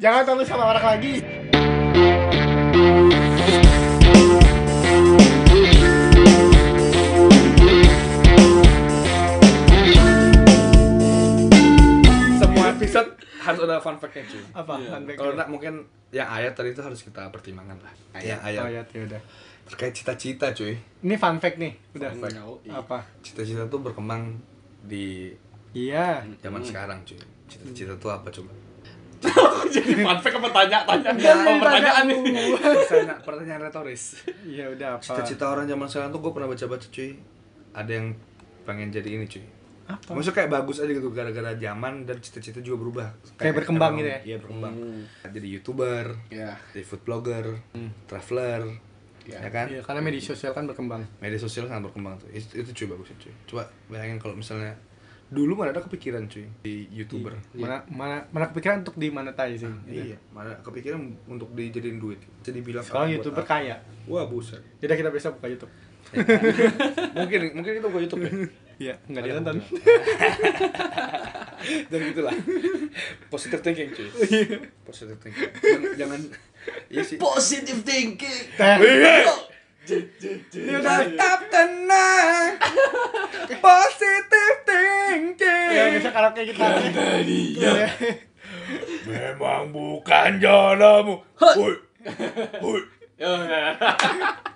[SPEAKER 2] jangan terlalu sama orang lagi
[SPEAKER 3] semua episode harus ada fun factnya cuy
[SPEAKER 2] apa Handbrake
[SPEAKER 3] Iya, kalau
[SPEAKER 2] ya?
[SPEAKER 3] enggak mungkin yang ayat tadi itu harus kita pertimbangkan lah ayat Iya, ayat,
[SPEAKER 2] Oh, ayat ya udah
[SPEAKER 3] terkait cita-cita cuy
[SPEAKER 2] ini fun fact nih udah
[SPEAKER 3] Fun fact.
[SPEAKER 2] apa
[SPEAKER 3] cita-cita tuh berkembang di
[SPEAKER 2] iya
[SPEAKER 3] zaman sekarang cuy cita-cita tuh apa coba
[SPEAKER 1] Jadi fun fact apa tanya tanya
[SPEAKER 2] Dari
[SPEAKER 1] Apa pertanyaan nih.
[SPEAKER 3] pertanyaan, pertanyaan retoris
[SPEAKER 2] iya udah apa
[SPEAKER 3] cita-cita orang zaman sekarang tuh gue pernah baca-baca cuy ada yang pengen jadi ini cuy
[SPEAKER 2] apa
[SPEAKER 3] maksudnya kayak bagus aja gitu gara-gara zaman dan cita-cita juga berubah
[SPEAKER 2] Kayak berkembang
[SPEAKER 3] ekonomi,
[SPEAKER 2] gitu ya?
[SPEAKER 3] iya berkembang jadi youtuber
[SPEAKER 1] Ya,
[SPEAKER 3] jadi food blogger traveler
[SPEAKER 1] Iya.
[SPEAKER 3] ya kan
[SPEAKER 2] Hmm. Iya, karena media sosial kan berkembang
[SPEAKER 3] media sosial sangat berkembang tuh itu, itu cuy bagusnya cuy coba bayangin kalau misalnya dulu mana ada kepikiran cuy di youtuber
[SPEAKER 2] mana mana mana kepikiran untuk dimonetizing gitu.
[SPEAKER 3] Iya, mana kepikiran untuk dijadiin duit. Jadi bilang
[SPEAKER 2] sekarang
[SPEAKER 3] ah, buat
[SPEAKER 2] youtuber kan- kaya
[SPEAKER 3] apa? Wah, buset.
[SPEAKER 2] jadi kita bisa buka YouTube
[SPEAKER 3] mungkin mungkin itu bukan YouTube ya.
[SPEAKER 2] iya nggak ditonton
[SPEAKER 3] dan gitulah positive thinking cuy
[SPEAKER 2] Iya.
[SPEAKER 3] positive thinking jangan, jangan iya sih
[SPEAKER 1] Positive thinking.
[SPEAKER 2] Iya.
[SPEAKER 3] tetap tenang positive
[SPEAKER 2] ya
[SPEAKER 3] thinking
[SPEAKER 2] bisa karaoke kita Iya.
[SPEAKER 3] memang bukan jodohmu Hui. Hui.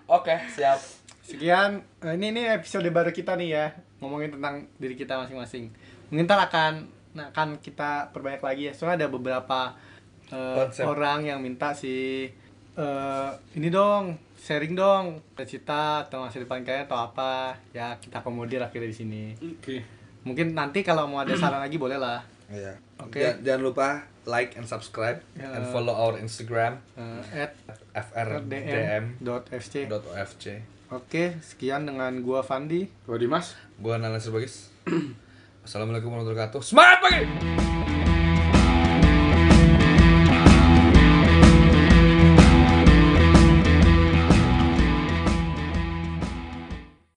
[SPEAKER 3] oke siap
[SPEAKER 2] sekian eh, ini ini episode baru kita nih ya ngomongin tentang diri kita masing-masing mungkin ntar akan nah, akan kita perbanyak lagi ya soalnya ada beberapa eh,
[SPEAKER 3] Konsep.
[SPEAKER 2] orang yang minta si eh, ini dong sharing dong cita atau masa depan kalian atau apa ya kita komodir akhirnya di sini
[SPEAKER 1] Oke.
[SPEAKER 2] mungkin nanti kalau mau ada saran lagi boleh lah
[SPEAKER 3] Iya.
[SPEAKER 2] Oke.
[SPEAKER 3] Ja- jangan lupa like and subscribe
[SPEAKER 2] Ya.
[SPEAKER 3] and follow our Instagram
[SPEAKER 2] Eh, at
[SPEAKER 3] frdm.ofc
[SPEAKER 2] rdm.fc oke sekian dengan gua Fandi
[SPEAKER 1] Kalau Dimas?
[SPEAKER 3] gua Nanas Bagis Assalamualaikum warahmatullahi wabarakatuh semangat pagi